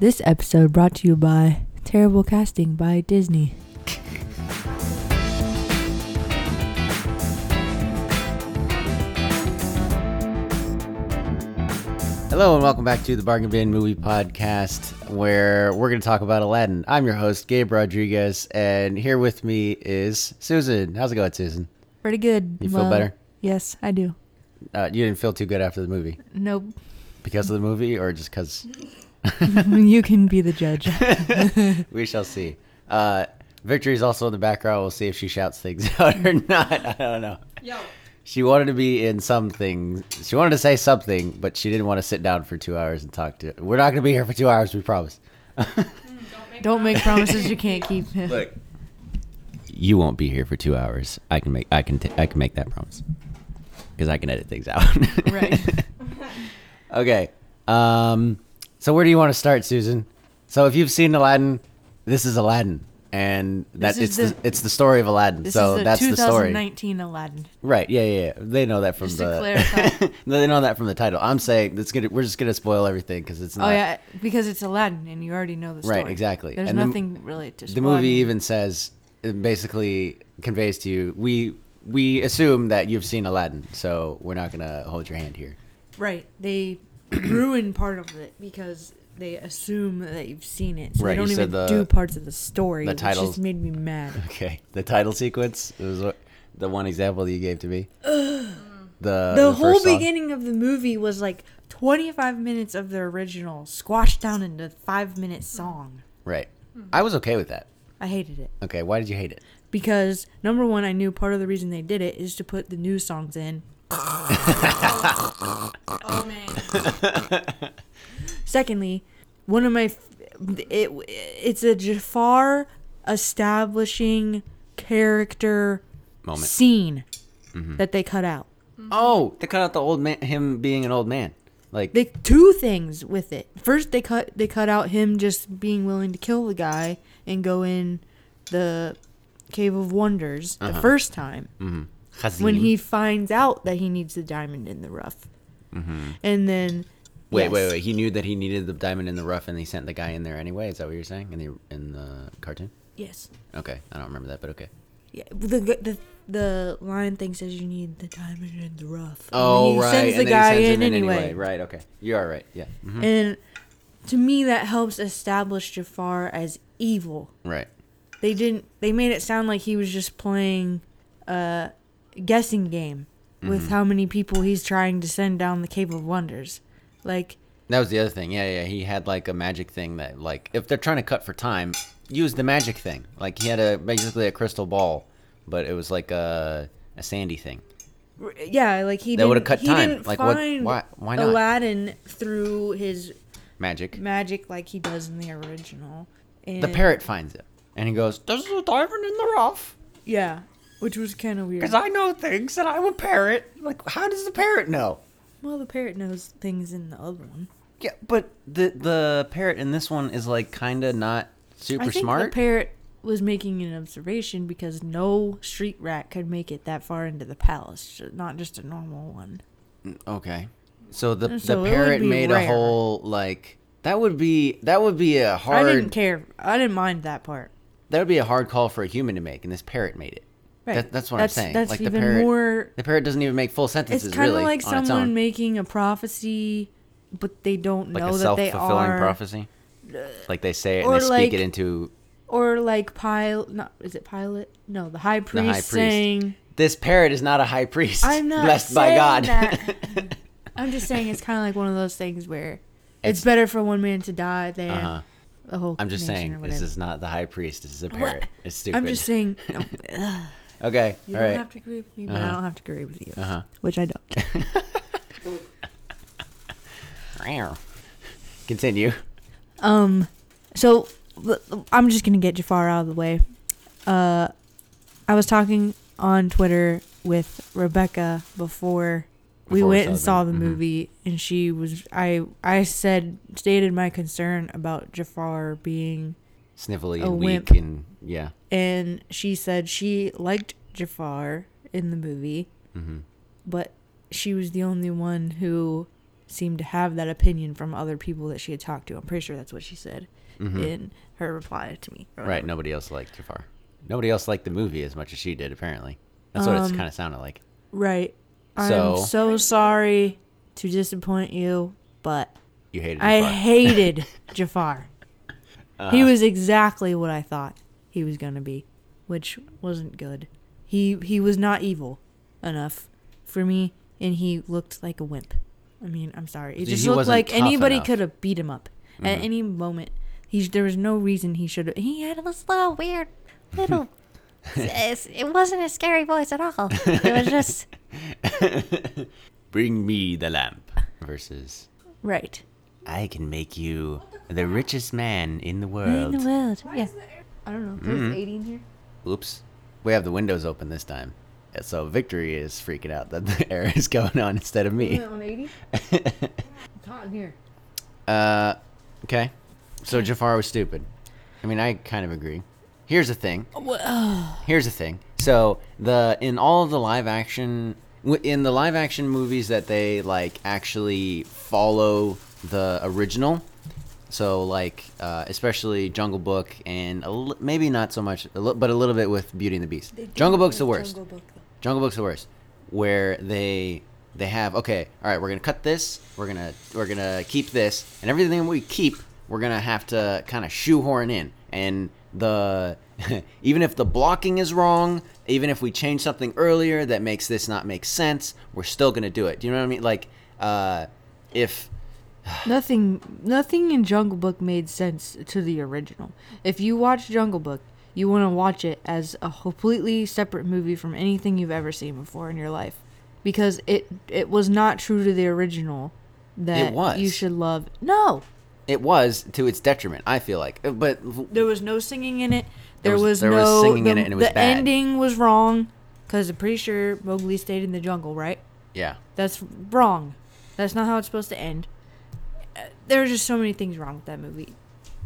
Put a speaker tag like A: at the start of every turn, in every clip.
A: This episode brought to you by Terrible Casting by Disney.
B: Hello and welcome back to the Bargain Bin Movie Podcast, where we're going to talk about Aladdin. I'm your host, Gabe Rodriguez, and here with me is Susan. How's it going, Susan?
A: Pretty good.
B: You feel better?
A: Yes, I do.
B: Uh, you didn't feel too good after the movie
A: Nope.
B: because of the movie, or just because
A: you can be the judge.
B: we shall see. Uh, Victory's also in the background. We'll see if she shouts things out or not. I don't know.
C: Yo,
B: She wanted to be in something. She wanted to say something, but she didn't want to sit down for two hours and talk to. We're not going to be here for two hours. We promise.
C: don't make
A: Don't make promises you can't keep.
B: Look, you won't be here for two hours. I can make I can t- I can make that promise because I can edit things out.
A: Right.
B: okay. Um. So where do you want to start, Susan? So if you've seen Aladdin, this is Aladdin, and that
A: This is
B: it's the,
A: the-
B: it's the story of Aladdin.
A: This
B: so
A: is the
B: that's the story,
A: 2019 Aladdin.
B: right? Yeah, yeah, yeah. They know that from
A: Just to clarify.
B: the they know that from the title. I'm saying it's gonna we're just gonna spoil everything because it's not.
A: Oh yeah, because it's Aladdin, and you already know the story.
B: Right, exactly.
A: There's
B: And the-
A: nothing really to.
B: the
A: spoil.
B: movie even says it basically conveys to you we we assume that you've seen aladdin so we're not gonna hold your hand here
A: Right. They ruin part of it because they assume that you've seen it. So
B: Right, Uh,
A: they don't
B: you
A: even
B: said the-
A: do parts of the story.
B: the
A: which
B: titles-
A: just made me mad.
B: okay the title sequence was what- the one example that you gave to me the
A: The, whole
B: first song.
A: beginning of the movie was like 25 minutes of the original squashed down into five minute song.
B: right
A: Hmm.
B: i was okay with that
A: I hated it
B: okay why did you hate it
A: because number one, I knew part of the reason they did it is to put the new songs in.
C: Oh man,
A: Secondly, one of my f- it it's a Jafar establishing character
B: moment
A: scene that they cut out.
B: oh they cut out the old man him being an old man like
A: They two things with it. First, they cut they cut out him just being willing to kill the guy and go in the cave of wonders the first time
B: hmm,
A: when
B: Hazim.
A: he finds out that he needs the diamond in the rough, and then
B: Mm-hmm. wait
A: yes.
B: wait wait he knew that he needed the diamond in the rough and they sent the guy in there anyway is that what you're saying in the in the cartoon
A: yes
B: okay i don't remember that but okay
A: yeah the the the lion thing says you need the diamond in the rough. And
B: Oh,
A: he
B: right.
A: sends the
B: and then he
A: guy
B: sends
A: in,
B: him
A: anyway.
B: Right. Okay. You are right. Yeah. Mhm.
A: And to me, that helps establish Jafar as evil.
B: Mm-hmm. Right.
A: they didn't they made it sound like he was just playing a guessing game
B: Mm-hmm.
A: with how many people he's trying to send down the cave of wonders like
B: That was the other thing. Yeah. Yeah. He had like a magic thing that like if they're trying to cut for time, use the magic thing. Like he had a basically a crystal ball, but it was like a a sandy thing.
A: r- yeah like he
B: That
A: didn't,
B: would've cut
A: he
B: time.
A: didn't
B: Like, what-
A: find
B: why- why not?
A: aladdin through his
B: Magic.
A: magic like he does in the original and
B: The parrot finds it and he goes, "There's a diamond in the rough."
A: yeah which was kind of weird
B: Because I know things and I'm a parrot. Like, how does the parrot know?
A: well the parrot knows things in the other one
B: Yeah, but the the parrot in this one is like kind of not super
A: i think
B: smart.
A: the parrot was making an observation because no street rat could make it that far into the palace not just a normal one
B: Okay. So the
A: So it
B: the
A: would
B: parrot
A: be
B: made a
A: rare.
B: whole like that would be that would be a hard
A: I didn't care. I didn't mind that part.
B: that would be a hard call for a human to make, and this parrot made it.
A: Right.
B: That, that's what
A: That's-
B: I'm saying.
A: that's
B: like the
A: even
B: parrot,
A: more-
B: the parrot doesn't even make full sentences.
A: It's kind of
B: really,
A: like
B: on its
A: someone
B: own.
A: making a prophecy, but they don't
B: like
A: know
B: a
A: that they
B: self-fulfilling
A: are.
B: prophecy. Like they say it
A: or
B: and they
A: like
B: speak it into
A: Or like Pilate. Not is it Pilate? No, the high
B: the
A: priest,
B: high priest.
A: saying.
B: This parrot is not a high priest.
A: I'm not
B: blessed by
A: saying
B: God.
A: that. I'm just saying it's kind of like one of those things where it's, better for one man to die than
B: Uh-huh.
A: the whole.
B: I'm just
A: nation or
B: saying this
A: whatever.
B: is not the high priest. This is a parrot. It's stupid.
A: I'm just saying. no, ugh,
B: Okay.
A: you
B: all
A: don't
B: right.
A: have to agree with me, but I don't have to agree with you,
B: Uh-huh.
A: which I don't.
B: Continue.
A: Um, so l- l- I'm just gonna get Jafar out of the way. Uh, I was talking on Twitter with Rebecca before, we
B: Before we
A: went
B: saw
A: and
B: the-
A: saw the
B: mhm.
A: movie, and she was I I said stated my concern about Jafar being,
B: Snivelly
A: A
B: and
A: wimp.
B: weak and yeah.
A: and she said she liked
B: mm-hmm.
A: Jafar in the movie, but she was the only one who seemed to have that opinion from other people that she had talked to. I'm pretty sure that's what she said in her reply to me. or
B: Mm-hmm. Right. Nobody else liked Jafar. Nobody else liked the movie as much as she did. Apparently, that's what it's
A: Um,
B: kind of sounded like.
A: Right.
B: So-
A: I'm so sorry to disappoint you, but
B: You hated. Jafar.
A: I
B: Uh-huh.
A: hated Jafar. He was exactly what I thought he was going to be, which wasn't good. He he was not evil enough for me, and he looked like a wimp. I mean, I'm sorry. It
B: He-
A: just
B: he
A: looked
B: wasn't
A: like
B: tough
A: anybody
B: enough. Mm-hmm.
A: could have beat him up at any moment. He there was no reason he should. have. He had this little weird little. it's- it wasn't a scary voice at all. It was just
B: Bring me the lamp. Versus,
A: right.
B: I can make you the richest man in the
A: In
B: world.
A: the world, yeah.
C: Is the air-
A: I don't know. There's
B: Mm.
A: 80 in here.
B: Oops. We have the windows open this time. So Victory is freaking out that the air is going on instead of me.
A: on 80? It's hot in here.
B: uh, okay. So Jafar was stupid. I mean, I kind of agree. Here's the thing. Here's the thing. So the in all of the live action w- in the live action movies that they like actually follow the original. So like uh, especially Jungle Book and a li- maybe not so much, a li- but a little bit with Beauty and the Beast. Jungle Book's the worst. Jungle Book's the worst, where they they have okay, all right, we're gonna cut this, we're gonna we're gonna keep this, and everything we keep, we're gonna have to kind of shoehorn in, and the even if the blocking is wrong, even if we change something earlier that makes this not make sense, we're still gonna do it. Do you know what I mean? Like, uh, if
A: Nothing, nothing in Jungle Book made sense to the original. If you watch Jungle Book, you want to watch it as a completely separate movie from anything you've ever seen before in your life, because it it was not true to the original. That
B: was.
A: you should love. No,
B: it was to its detriment, I feel like, but
A: there was no singing in it. There,
B: There was-
A: was,
B: there was
A: no
B: singing
A: the,
B: in it and it was
A: the
B: bad.
A: ending was wrong, because I'm pretty sure Mowgli stayed in the jungle, right?
B: yeah,
A: That's wrong. That's not how it's supposed to end. Uh, There are just so many things wrong with that movie.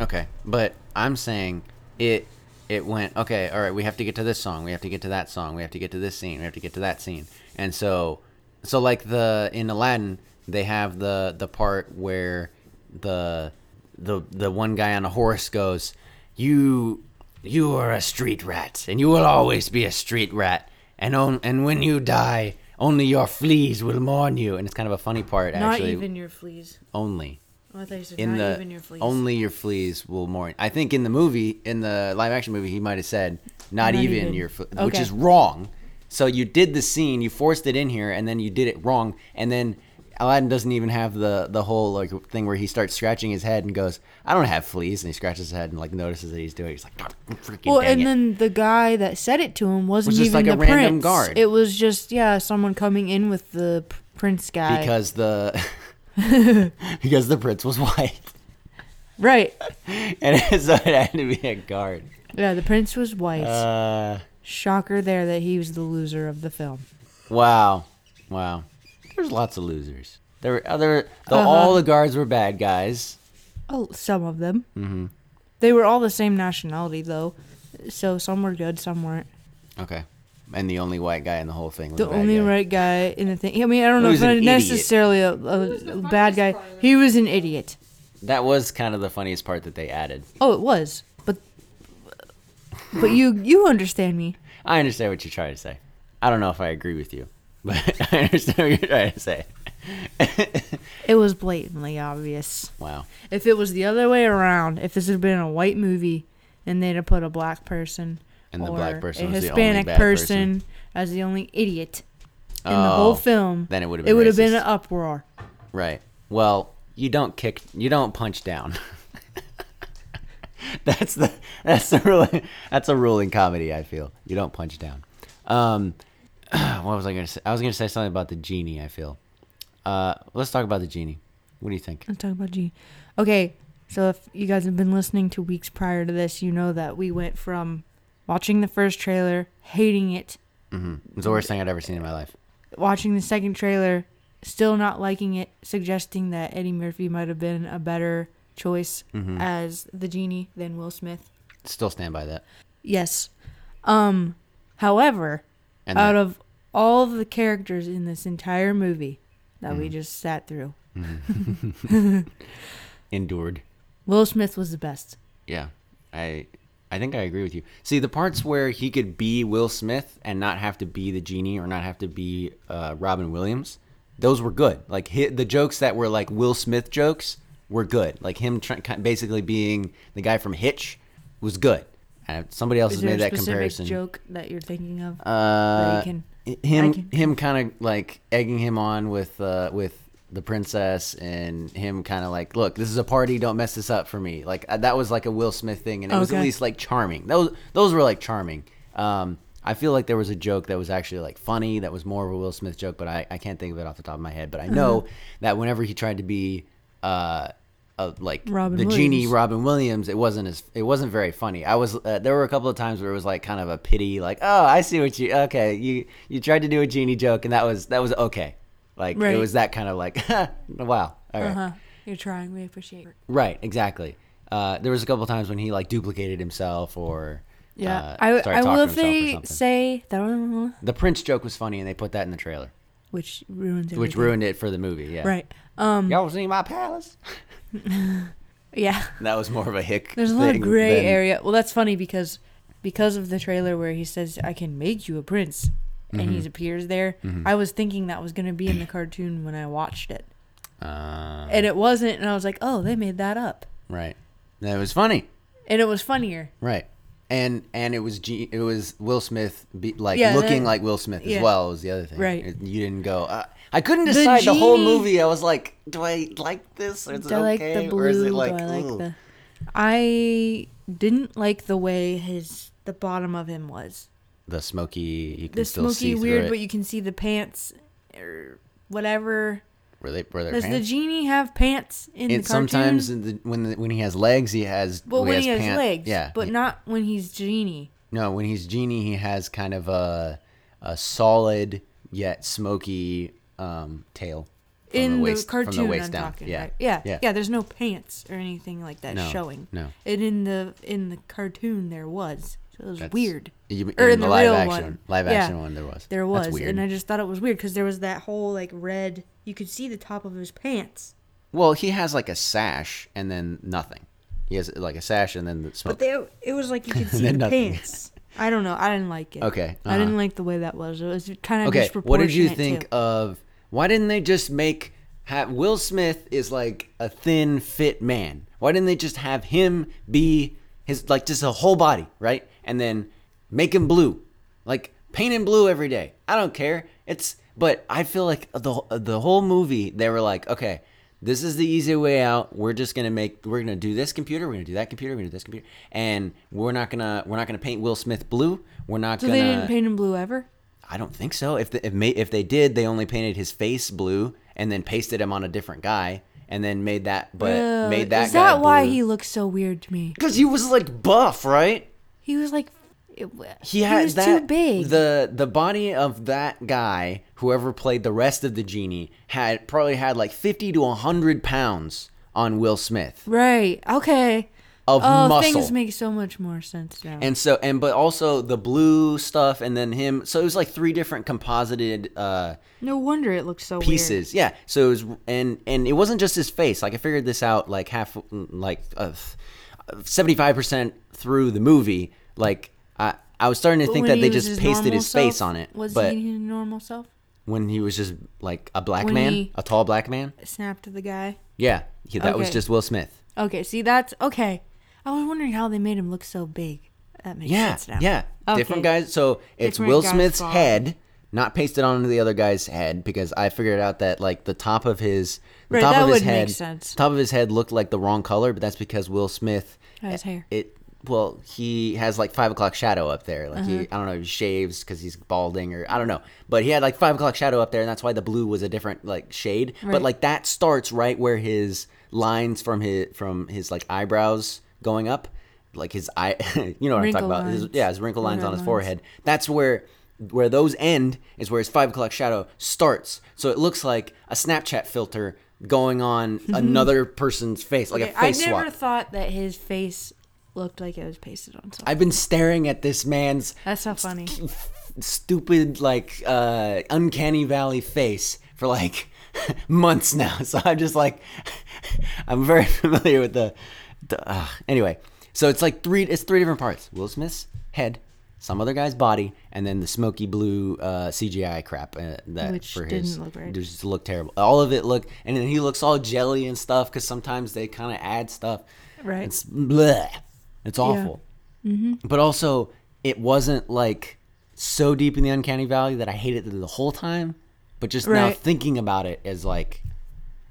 B: Okay, but I'm saying it. It went okay. All right, we have to get to this song. We have to get to that song. We have to get to this scene. We have to get to that scene. And so, so like the in Aladdin, they have the the part where the the the one guy on a horse goes, "You you are a street rat, and you will always be a street rat. And on, and when you die, only your fleas will mourn you." And it's kind of a funny part, actually.
A: not even your fleas.
B: only
A: Oh, I thought you said
B: in
A: not
B: the
A: even your fleas.
B: only your fleas will mourn. I think in the movie, in the live action movie, he might have said not, even,
A: even.
B: your fle- which
A: Okay.
B: is wrong. So you did the scene, you forced it in here, and then you did it wrong, and then. Aladdin doesn't even have the the whole like thing where he starts scratching his head and goes, "I don't have fleas," and he scratches his head and like notices that he's doing. it. He's like, "God, freaking
A: well,
B: dang
A: and
B: it."
A: then the guy that said it to him wasn't
B: Was just
A: even
B: like
A: the
B: a random
A: prince.
B: guard.
A: It was just yeah, someone coming in with the p- prince guy.
B: because the because the prince was white,
A: right.
B: and so it had to be a guard.
A: Yeah, the prince was white.
B: Uh,
A: Shocker there that he was the loser of the film.
B: Wow, wow. There's lots of losers. There were other. The,
A: Uh-huh.
B: All the guards were bad guys.
A: Oh, some of them. Mm-hmm. They were all the same nationality though, so some were good, some weren't.
B: Okay. And the only white guy in the whole thing was
A: the
B: a bad
A: only
B: guy.
A: right guy in the thing. I mean, I don't know
B: He
A: if
B: was an
A: I'm
B: idiot.
A: necessarily a, a
C: was the
A: bad
C: funniest
A: guy.
C: part of
A: He was an idiot.
B: That was kind of the funniest part that they added.
A: Oh, it was, but but you you understand me.
B: I understand what you're trying to say. I don't know if I agree with you, but I understand what you're trying to say.
A: It was blatantly obvious.
B: Wow.
A: If it was the other way around, if this had been a white movie and they'd have put a black person
B: And the
A: or
B: black person
A: a
B: was the only
A: Hispanic
B: bad
A: person, as the only idiot in the whole
B: Oh,
A: film,
B: then it would've
A: it
B: been
A: would have been
B: racist.
A: an uproar.
B: Right. Well, you don't kick. You don't punch down. that's the that's the ruling that's a ruling comedy. I feel you don't punch down. Um, what was I gonna say? I was gonna say something about the genie. I feel. Uh, let's talk about the genie. What do you think?
A: Let's talk about G. Okay, so if you guys have been listening to weeks prior to this, you know that we went from watching the first trailer, hating it,
B: Mm-hmm. It's the worst thing I'd ever seen in my life.
A: watching the second trailer, still not liking it, suggesting that Eddie Murphy might have been a better choice
B: Mm-hmm.
A: as the genie than Will Smith.
B: Still stand by that.
A: Yes. Um however,
B: And
A: out
B: that- Mm-hmm.
A: of all of the characters in this entire movie that we just sat through,
B: endured.
A: Will Smith was the best.
B: Yeah, I I think I agree with you. See, the parts where he could be Will Smith and not have to be the genie or not have to be uh, Robin Williams, those were good. Like hi the jokes that were like Will Smith jokes were good. Like him try- ki- basically being the guy from Hitch was good. Uh, somebody else
A: Is
B: has
A: there a
B: made that
A: specific
B: comparison.
A: joke that you're thinking of?
B: Uh,
A: that you
B: i-
A: I
B: him
A: can-
B: him kind of like egging him on with uh, with the princess and him kind of like look this is a party don't mess this up for me like uh, that was like a Will Smith thing and it was at
A: Okay.
B: least like charming those those were like charming um I feel like there was a joke that was actually like funny that was more of a Will Smith joke but I, I can't think of it off the top of my head but I know
A: Uh-huh.
B: that whenever he tried to be uh a, like
A: Robin
B: the genie
A: Williams.
B: Robin Williams, it wasn't as it wasn't very funny. I was uh, there were a couple of times where it was like kind of a pity, like oh I see what you okay you you tried to do a genie joke and that was that was okay, like
A: Right.
B: it was that kind of like wow all right.
A: Uh-huh. You're trying. We appreciate it.
B: right exactly. Uh, there was a couple of times when he like duplicated himself or
A: Yeah.
B: uh,
A: I,
B: started
A: I
B: talking
A: will
B: to
A: if
B: himself or
A: they
B: something.
A: say that,
B: the Prince joke was funny and they put that in the trailer,
A: which ruins everything.
B: which ruined it for the movie. Yeah,
A: Mm-hmm. Right. Um.
B: Y'all seen my palace?
A: Yeah.
B: That was more of a hick.
A: There's a lot of
B: thing
A: gray
B: than-
A: area. Well, that's funny because because of the trailer where he says, "I can make you a prince," and
B: Mm-hmm.
A: he appears there. I was thinking that was going to be in the cartoon when I watched it,
B: Uh,
A: and it wasn't. And I was like, "Oh, they made that up."
B: right. That was funny.
A: And it was funnier.
B: Right. And and it was G, it was Will Smith be, like
A: Yeah,
B: looking
A: that-
B: like Will Smith
A: yeah.
B: as well was the other thing.
A: Right.
B: It- you didn't go. Uh, I couldn't decide the, whole
A: genie-
B: movie. I was like, do I like this or is
A: Do
B: it
A: I like
B: okay
A: the
B: or is
A: blue?
B: it like,
A: Do I
B: ooh.
A: like the? I didn't like the way his the bottom of him was.
B: the smoky? You can
A: The
B: still see
A: smoky,
B: through
A: weird,
B: it.
A: but you can see the pants or whatever.
B: were they, were there
A: Does
B: pants?
A: the genie have pants in
B: it
A: the cartoon?
B: sometimes in the, when the, when he has legs, he has.
A: Well, when he has
B: pant-
A: legs,
B: yeah.
A: but not when he's genie.
B: no, when he's genie, he has kind of a a solid yet smoky um, tail. from
A: in the,
B: waist, from
A: cartoon
B: waist
A: I'm
B: down.
A: talking
B: Yeah.
A: about. Yeah.
B: yeah,
A: yeah. there's no pants or anything like that
B: No,
A: showing.
B: no.
A: And in the in the cartoon there was. So it was
B: That's-
A: weird.
B: You,
A: Or
B: in,
A: in
B: the,
A: the
B: live
A: real
B: action,
A: one.
B: live
A: Yeah.
B: action one, there was.
A: There was
B: That's weird.
A: and I just thought it was weird cuz there was that whole like red you could see the top of his pants.
B: well, he has like a sash and then nothing. He has like a sash and then the smoke.
A: But they, it was like you could see
B: Then
A: the
B: nothing.
A: pants. I don't know. I didn't like it.
B: Okay,
A: I
B: uh-huh.
A: didn't like the way that was. It was kind of
B: okay,
A: disproportionate.
B: what did you
A: too.
B: think of? Why didn't they just make ha- Will Smith is like a thin, fit man? Why didn't they just have him be his like just a whole body, right? And then make him blue, like paint him blue every day. I don't care. It's but I feel like the the whole movie they were like, okay, this is the easy way out. We're just gonna make we're gonna do this computer, we're gonna do that computer, we're gonna do this computer, and we're not gonna we're not gonna paint Will Smith blue. We're not
A: So
B: gonna
A: they didn't paint him blue ever?
B: I don't think so. If the, if ma- if they did, they only painted his face blue and then pasted him on a different guy and then made that but
A: Ugh,
B: made that
A: Uh, Is that
B: guy
A: why he looks so weird to me?
B: because he was like buff, right?
A: He was like, it, w-
B: He had
A: was
B: that
A: too big.
B: the the body of that guy, whoever played the rest of the genie, had probably had like fifty to hundred pounds on Will Smith
A: right. Okay.
B: of
A: oh,
B: muscle.
A: things make so much more sense now.
B: And so, and but also the blue stuff, and then him. So it was like three different composited uh,
A: no wonder it looks so weird.
B: pieces. Yeah. So it was, and and it wasn't just his face. Like I figured this out like half, like seventy five percent through the movie. Like I I was starting to think
A: When
B: that
A: he
B: they
A: was
B: just pasted
A: normal
B: his face
A: self,
B: on it.
A: Was
B: but
A: he his normal self?
B: when he was just like a black
A: When
B: man,
A: he-
B: a tall black man.
A: Snapped the guy.
B: Yeah, he, that was
A: Okay.
B: just Will Smith.
A: Okay. See, that's okay. I was wondering how they made him look so big. That makes
B: Yeah,
A: sense now.
B: yeah.
A: Okay.
B: Different guys. So it's
A: Different
B: Will
A: guy's
B: Smith's
A: fault.
B: head, not pasted onto the other guy's head, because I figured out that like the top of his the
A: Right,
B: top
A: that
B: of his
A: would make
B: head,
A: sense.
B: top of his head looked like the wrong color, but that's because Will Smith
A: Had his hair.
B: It well, he has like five o'clock shadow up there. Like
A: Uh-huh.
B: he, I don't know, if he shaves because he's balding or I don't know, but he had like five o'clock shadow up there, and that's why the blue was a different like shade. But
A: Right.
B: like that starts right where his lines from his from his like eyebrows going up, like his eye, you know what
A: Wrinkle
B: I'm talking about? His,
A: lines.
B: yeah, his wrinkle lines
A: Whatever
B: on his
A: lines.
B: forehead. That's where where those end is where his five o'clock shadow starts. So it looks like a Snapchat filter going on another person's face, like
A: Okay,
B: a
A: I
B: face
A: never
B: swap.
A: thought that his face looked like it was pasted on something.
B: I've been staring at this man's
A: That's so funny.
B: stupid like uh uncanny valley face for like months now. So I'm just like, I'm very familiar with the. the uh, anyway, so it's like three. It's three different parts: Will Smith's head, some other guy's body, and then the smoky blue uh, CGI crap uh, that
A: Which
B: for his
A: didn't look right.
B: just looked terrible. All of it looked, and then he looks all jelly and stuff because sometimes they kind of add stuff.
A: Right.
B: It's bleh. It's awful. But also, it wasn't like so deep in the uncanny valley that I hated it the whole time. But just now
A: Right.
B: thinking about it is like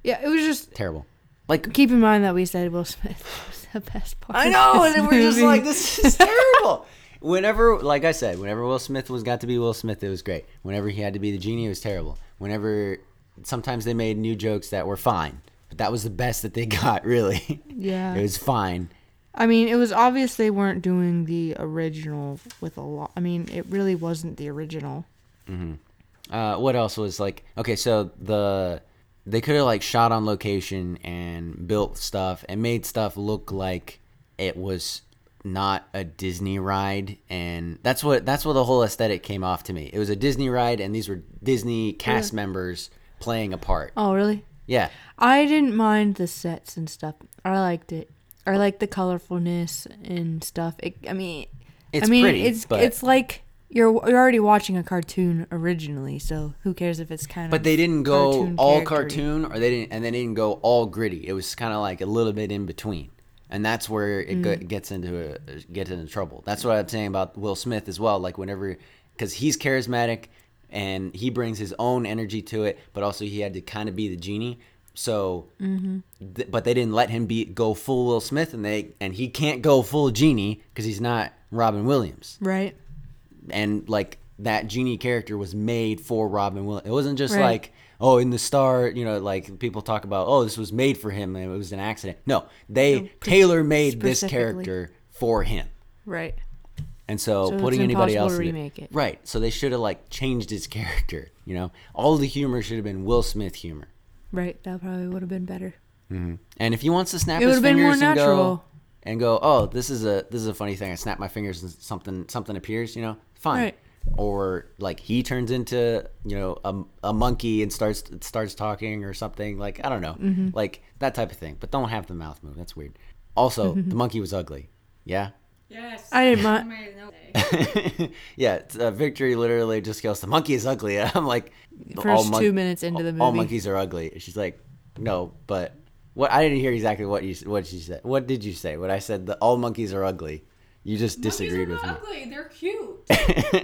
A: Yeah, it was just
B: terrible. Like
A: keep in mind that we said Will Smith was the best part.
B: I
A: of
B: know,
A: this
B: and we're just
A: movie.
B: like, this is terrible. Whenever, like I said, whenever Will Smith was got to be Will Smith, it was great. Whenever he had to be the genie, it was terrible. Whenever, sometimes they made new jokes that were fine, but that was the best that they got, really.
A: Yeah.
B: it was fine.
A: I mean, it was obvious they weren't doing the original with a lot. I mean, it really wasn't the original.
B: Uh, what else was like? Okay, so the they could have like shot on location and built stuff and made stuff look like it was not a Disney ride, and that's what that's what the whole aesthetic came off to me. It was a Disney ride, and these were Disney cast members playing a part.
A: Oh, really?
B: Yeah,
A: I didn't mind the sets and stuff. I liked it. I liked the colorfulness and stuff. It, I mean,
B: It's
A: I mean,
B: pretty,
A: it's
B: but-
A: it's like you're you're already watching a cartoon originally, so who cares if it's kind of
B: but they didn't go
A: Cartoon
B: all
A: character-y.
B: cartoon, or they didn't, and they didn't go all gritty. It was kind of like a little bit in between, and that's where
A: Mm.
B: it go- gets into a, gets into trouble. That's what I'm saying about Will Smith as well. Like whenever, because he's charismatic and he brings his own energy to it, but also he had to kind of be the genie. So,
A: Mm-hmm.
B: th- but they didn't let him be go full Will Smith, and they and he can't go full genie because he's not Robin Williams
A: right?
B: and like that genie character was made for Robin Williams. It wasn't just
A: Right.
B: like oh in the star, you know, like people talk about oh this was made for him and it was an accident. No, they tailor made this
A: specifically.
B: character for him.
A: Right.
B: And so,
A: So it's
B: putting anybody
A: impossible
B: else
A: to
B: in
A: remake it.
B: right? So they should have like changed his character. You know, all the humor should have been Will Smith humor.
A: Right. That probably would have been better.
B: And if he wants to snap
A: It
B: his
A: would've been
B: fingers
A: more
B: and go
A: natural.
B: and go, oh, this is a this is a funny thing. I snap my fingers and something something appears. You know, fine.
A: Right.
B: Or like he turns into you know a, a monkey and starts starts talking or something. Like I don't know,
A: Mm-hmm.
B: like that type of thing. But don't have the mouth move. That's weird. Also,
A: Mm-hmm.
B: the monkey was ugly. Yeah.
C: Yes.
A: I didn't
C: I
A: mind.
C: made a note.
B: yeah, it's, uh, Victory literally just goes, the monkey is ugly. And I'm like,
A: First
B: mon-
A: two minutes into the
B: All
A: movie.
B: monkeys are ugly. And She's like, no, but what? I didn't hear exactly what you what she said. What did you say? What I said? The all monkeys are ugly. You just disagreed
C: Monkeys
B: with
C: are
B: me.
C: not ugly. They're cute.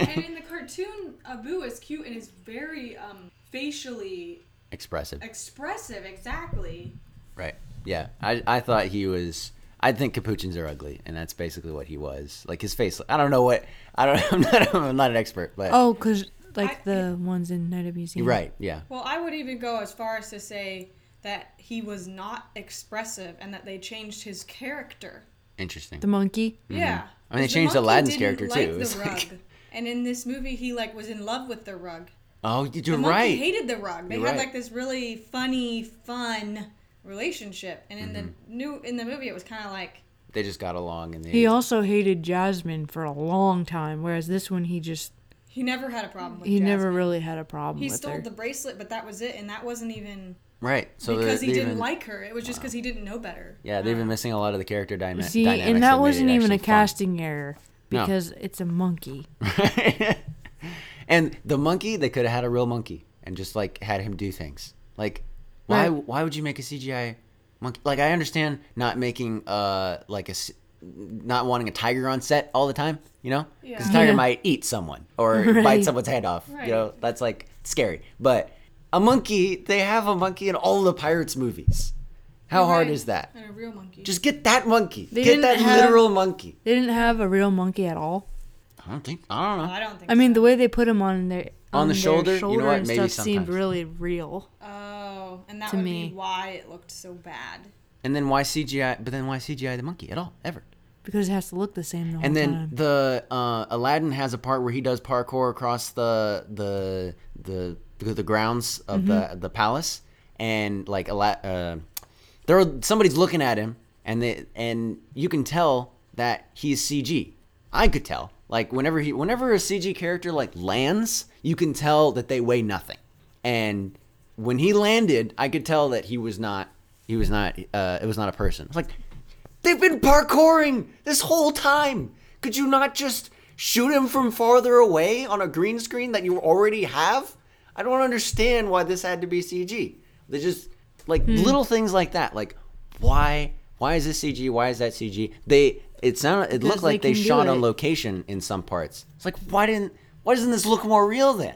C: and in the cartoon, Abu is cute and is very um, facially
B: Expressive,
C: expressive. Exactly.
B: right? Yeah, I I thought he was. I think capuchins are ugly, and that's basically what he was. Like his face. I don't know what. I don't. I'm not. I'm not an expert, but
A: Oh, cause like
C: I-
A: the ones in Night of Museum.
B: you're right. Yeah.
C: Well, I would even go as far as to say that he was not expressive and that they changed his character.
B: Interesting.
A: The monkey.
C: Yeah.
B: Mm-hmm. I mean, they
C: 'Cause
B: changed
C: monkey
B: Aladdin's
C: didn't
B: character, too.
C: like
B: It
C: The
B: was
C: rug.
B: like-
C: And in this movie, he like was in love with the rug.
B: oh, you're
C: The monkey
B: right.
C: hated the rug. They
B: You're
C: had
B: right.
C: like this really funny, fun relationship. And in the
B: Mm-hmm.
C: new in the movie, it was kind of like
B: they just got along, and they.
A: He also hated Jasmine for a long time, whereas this one he just
C: he never had a problem with.
A: he
C: Jasmine.
A: never really had a problem
C: He
A: with
C: stole
A: her.
C: the bracelet, but that was it, and that wasn't even
B: right. So
C: because
B: they-
C: he
B: they
C: didn't
B: even-
C: like her. It was just because he didn't know better.
B: Yeah, they've been missing a lot of the character dyna- dynamics.
A: Uh, See, and that
B: made it
A: wasn't even
B: actually
A: a
B: fun.
A: casting error
B: No.
A: because it's a monkey.
B: and the monkey, they could have had a real monkey and just like had him do things. Like, why?
A: Right.
B: Why would you make a CGI monkey? Like, I understand not making uh like a s- not wanting a tiger on set all the time. You know, because
C: Yeah.
B: tiger
A: Yeah.
B: might eat someone or bite
A: Right.
B: someone's head off.
C: Right.
B: You know, that's like scary. But a monkey, they have a monkey in all the pirates movies. How hard
C: Right.
B: is that?
C: And a real monkey.
B: Just get that monkey.
A: They
B: get
A: didn't
B: that
A: have-
B: literal monkey.
A: They didn't have a real monkey at all.
B: I don't think. I don't know.
C: I don't think.
A: I mean, the way they put him on their
B: On the
A: their
B: shoulder? You know what?
A: and
B: Maybe
A: stuff seemed
B: sometimes.
A: really real.
C: so. oh, and that
A: to
C: would
A: me.
C: be why it looked so bad.
B: And then why CGI? But then why CGI the monkey at all ever?
A: Because it has to look the same the whole
B: And then
A: time.
B: the uh, Aladdin has a part where he does parkour across the the the the, the grounds of
A: Mm-hmm.
B: the the palace, and like Ala- uh, there are, somebody's looking at him, and they and you can tell that he's CG. I could tell like whenever he whenever a CG character like lands, you can tell that they weigh nothing, and when he landed, I could tell that he was not. He was not. Uh, it was not a person. It's like they've been parkouring this whole time. Could you not just shoot him from farther away on a green screen that you already have? I don't understand why this had to be CG. They just like
A: Hmm.
B: little things like that. Like why? Why is this CG? Why is that CG? They. It sounded. It looked
A: they
B: like they
A: can do
B: shot on
A: it.
B: location in some parts. It's like why didn't? Why doesn't this look more real then?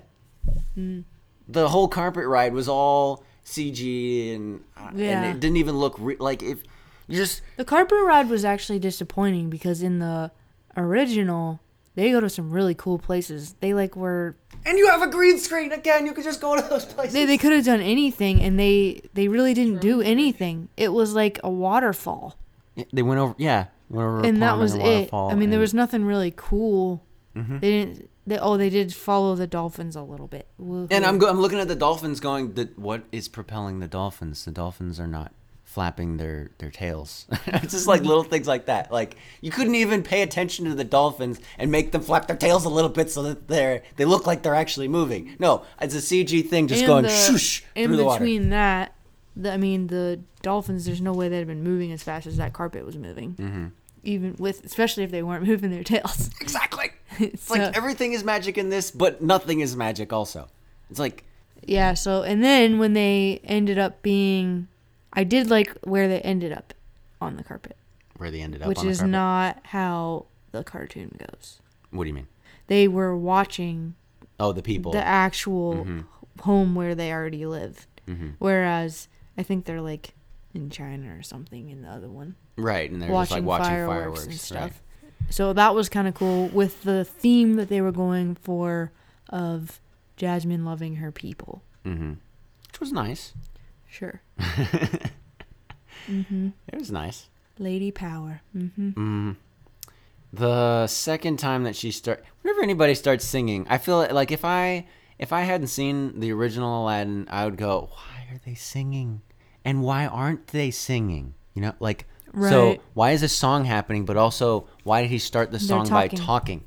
A: Hmm.
B: the whole carpet ride was all CG and
A: Yeah.
B: and it didn't even look re- like if you just
A: The carpet ride was actually disappointing because in the original, they go to some really cool places. They like were
B: and you have a green screen again. You could just go to those places.
A: they, they could have done anything and they they really didn't do anything. It was like a waterfall.
B: They went over, yeah, went over,
A: and that was it. I mean, there was nothing really cool.
B: Mm-hmm.
A: They didn't. They, oh, they did follow the dolphins a little bit.
B: And I'm go- I'm looking at the dolphins, going, the, what is propelling the dolphins? The dolphins are not flapping their their tails. it's just like little things like that. Like you couldn't even pay attention to the dolphins and make them flap their tails a little bit so that they're they look like they're actually moving. No, it's a CG thing, just
A: And
B: going
A: the-
B: shoosh
A: In
B: through the water.
A: between that, the, I mean, the dolphins. There's no way they'd have been moving as fast as that carpet was moving. Mm-hmm. Even with, especially if they weren't moving their tails.
B: Exactly. It's
A: So-
B: like everything is magic in this, but nothing is magic also. It's like
A: yeah. So and then when they ended up being, I did like where they ended up on the carpet,
B: where they ended up
A: which
B: on the
A: is
B: carpet.
A: not how the cartoon goes.
B: What do you mean?
A: They were watching
B: Oh, the people. Mm-hmm.
A: the actual h- home where they already lived. Whereas I think they're like in China or something in the other one,
B: right, and they're just like
A: watching,
B: watching
A: fireworks,
B: fireworks
A: and stuff.
B: right.
A: So that was kind of cool with the theme that they were going for of Jasmine loving her people.
B: Which was nice.
A: Sure.
B: It was nice.
A: Lady power. Mm.
B: The second time that she start whenever anybody starts singing, I feel like if I if I hadn't seen the original Aladdin, I would go, "Why are they singing? And why aren't they singing?" You know, like so
A: Right.
B: why is this song happening, but also why did he start the song by
A: talking.
B: talking?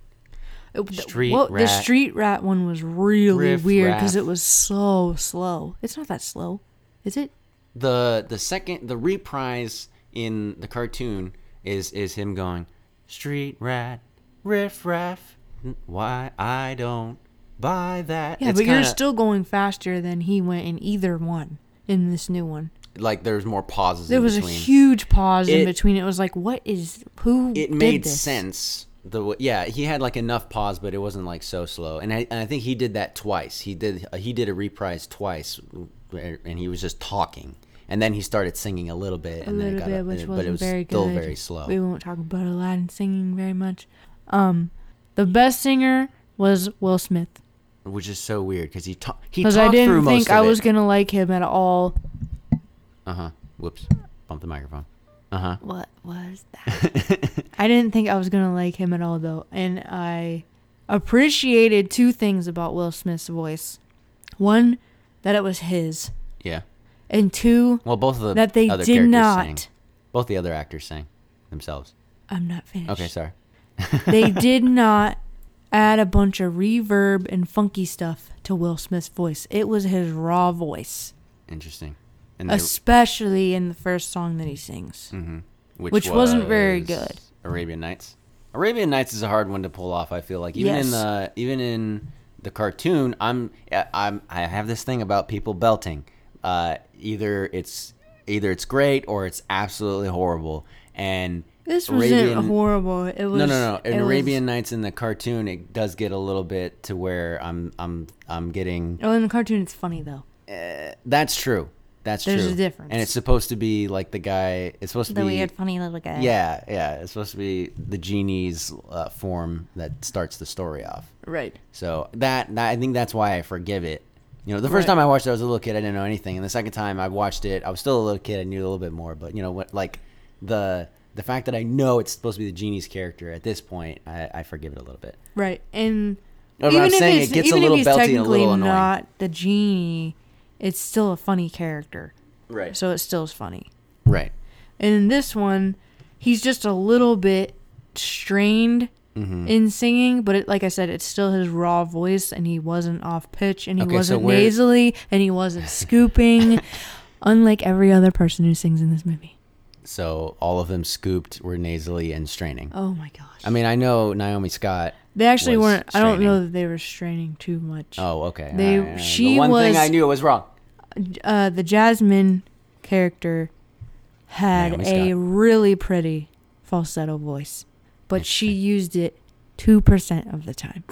A: It- Uh, the-
B: Street
A: well, The
B: rat.
A: street rat one was really
B: Riff
A: weird because
B: raff.
A: it was so slow. It's not that slow, is it?
B: the the second the reprise in the cartoon is is him going street rat riff raff n- why I don't buy that
A: Yeah,
B: It's
A: but you're
B: kinda-
A: still going faster than he went in either one in this new one.
B: like there's more pauses
A: There
B: in
A: was
B: between.
A: a huge pause
B: It-
A: in between. It was like, what is who?
B: it
A: did
B: made
A: this?
B: sense the w- yeah he had like enough pause but it wasn't like so slow and I, and I think he did that twice he did uh, he did a reprise twice where- and he was just talking and then he started singing a little bit
A: A
B: and then it
A: little
B: got
A: bit,
B: up,
A: which
B: and-
A: wasn't
B: but it was
A: very
B: still
A: good.
B: very slow
A: We won't talk about Aladdin singing very much. Um, the best singer was Will Smith
B: which is so weird because he ta- he talked
A: because I
B: through
A: didn't
B: most
A: think
B: of
A: I was
B: it.
A: gonna like him at all.
B: Uh huh. Whoops. Bump the microphone. Uh huh.
A: What was that? I didn't think I was gonna like him at all though, and I appreciated two things about Will Smith's voice. One, that it was his,
B: Yeah.
A: and two,
B: Well, both of the
A: That they
B: other
A: did
B: characters
A: not.
B: sang. Both the other actors sang themselves.
A: I'm not finished.
B: Okay, sorry.
A: they did not add a bunch of reverb and funky stuff to Will Smith's voice. It was his raw voice,
B: Interesting. And they- Mm.
A: especially in the first song that he sings. which wasn't very good.
B: Arabian Nights. Arabian Nights is a hard one to pull off. I feel like even in
A: Yes.
B: the even in the cartoon, I'm I- I'm I have this thing about people belting. Uh, either it's either it's great or it's absolutely horrible. And
A: This wasn't horrible. It was
B: No, no, no. In
A: it was-
B: Arabian Nights in the cartoon, it does get a little bit to where I'm, I'm, I'm getting.
A: oh, in the cartoon, it's funny though.
B: That's true. That's
A: There's
B: true.
A: a difference.
B: and it's supposed to be like the guy. It's supposed to
A: The
B: be
A: weird, funny little guy.
B: Yeah, yeah. It's supposed to be the genie's uh, form that starts the story off.
A: right.
B: So that, that I think that's why I forgive it. You know, the first
A: Right.
B: time I watched it, I was a little kid. I didn't know anything, and the second time I watched it, I was still a little kid. I knew a little bit more, but you know what? Like the the fact that I know it's supposed to be the genie's character at this point, I, I forgive it a little bit.
A: Right, and
B: No, but
A: even
B: I'm
A: if
B: saying it
A: it's,
B: gets a
A: even
B: little
A: if he's
B: belty and a
A: technically
B: little annoying.
A: not the genie, it's still a funny character,
B: Right.
A: so it still is funny.
B: right.
A: And in this one, he's just a little bit strained
B: Mm-hmm.
A: in singing, but it, like I said, it's still his raw voice, and he wasn't off pitch, and he
B: Okay, so
A: wasn't
B: where-
A: nasally, and he wasn't scooping, unlike every other person who sings in this movie.
B: So all of them scooped were nasally and straining.
A: Oh my gosh,
B: I mean, I know Naomi Scott.
A: they actually
B: was
A: weren't. I don't know
B: straining.
A: that they were straining too much.
B: Oh, okay.
A: They-
B: All all
A: she
B: the one
A: was-
B: thing I knew was wrong.
A: uh, the Jasmine character had
B: Naomi
A: a
B: Scott.
A: really pretty falsetto voice, but she used it 2% of the time.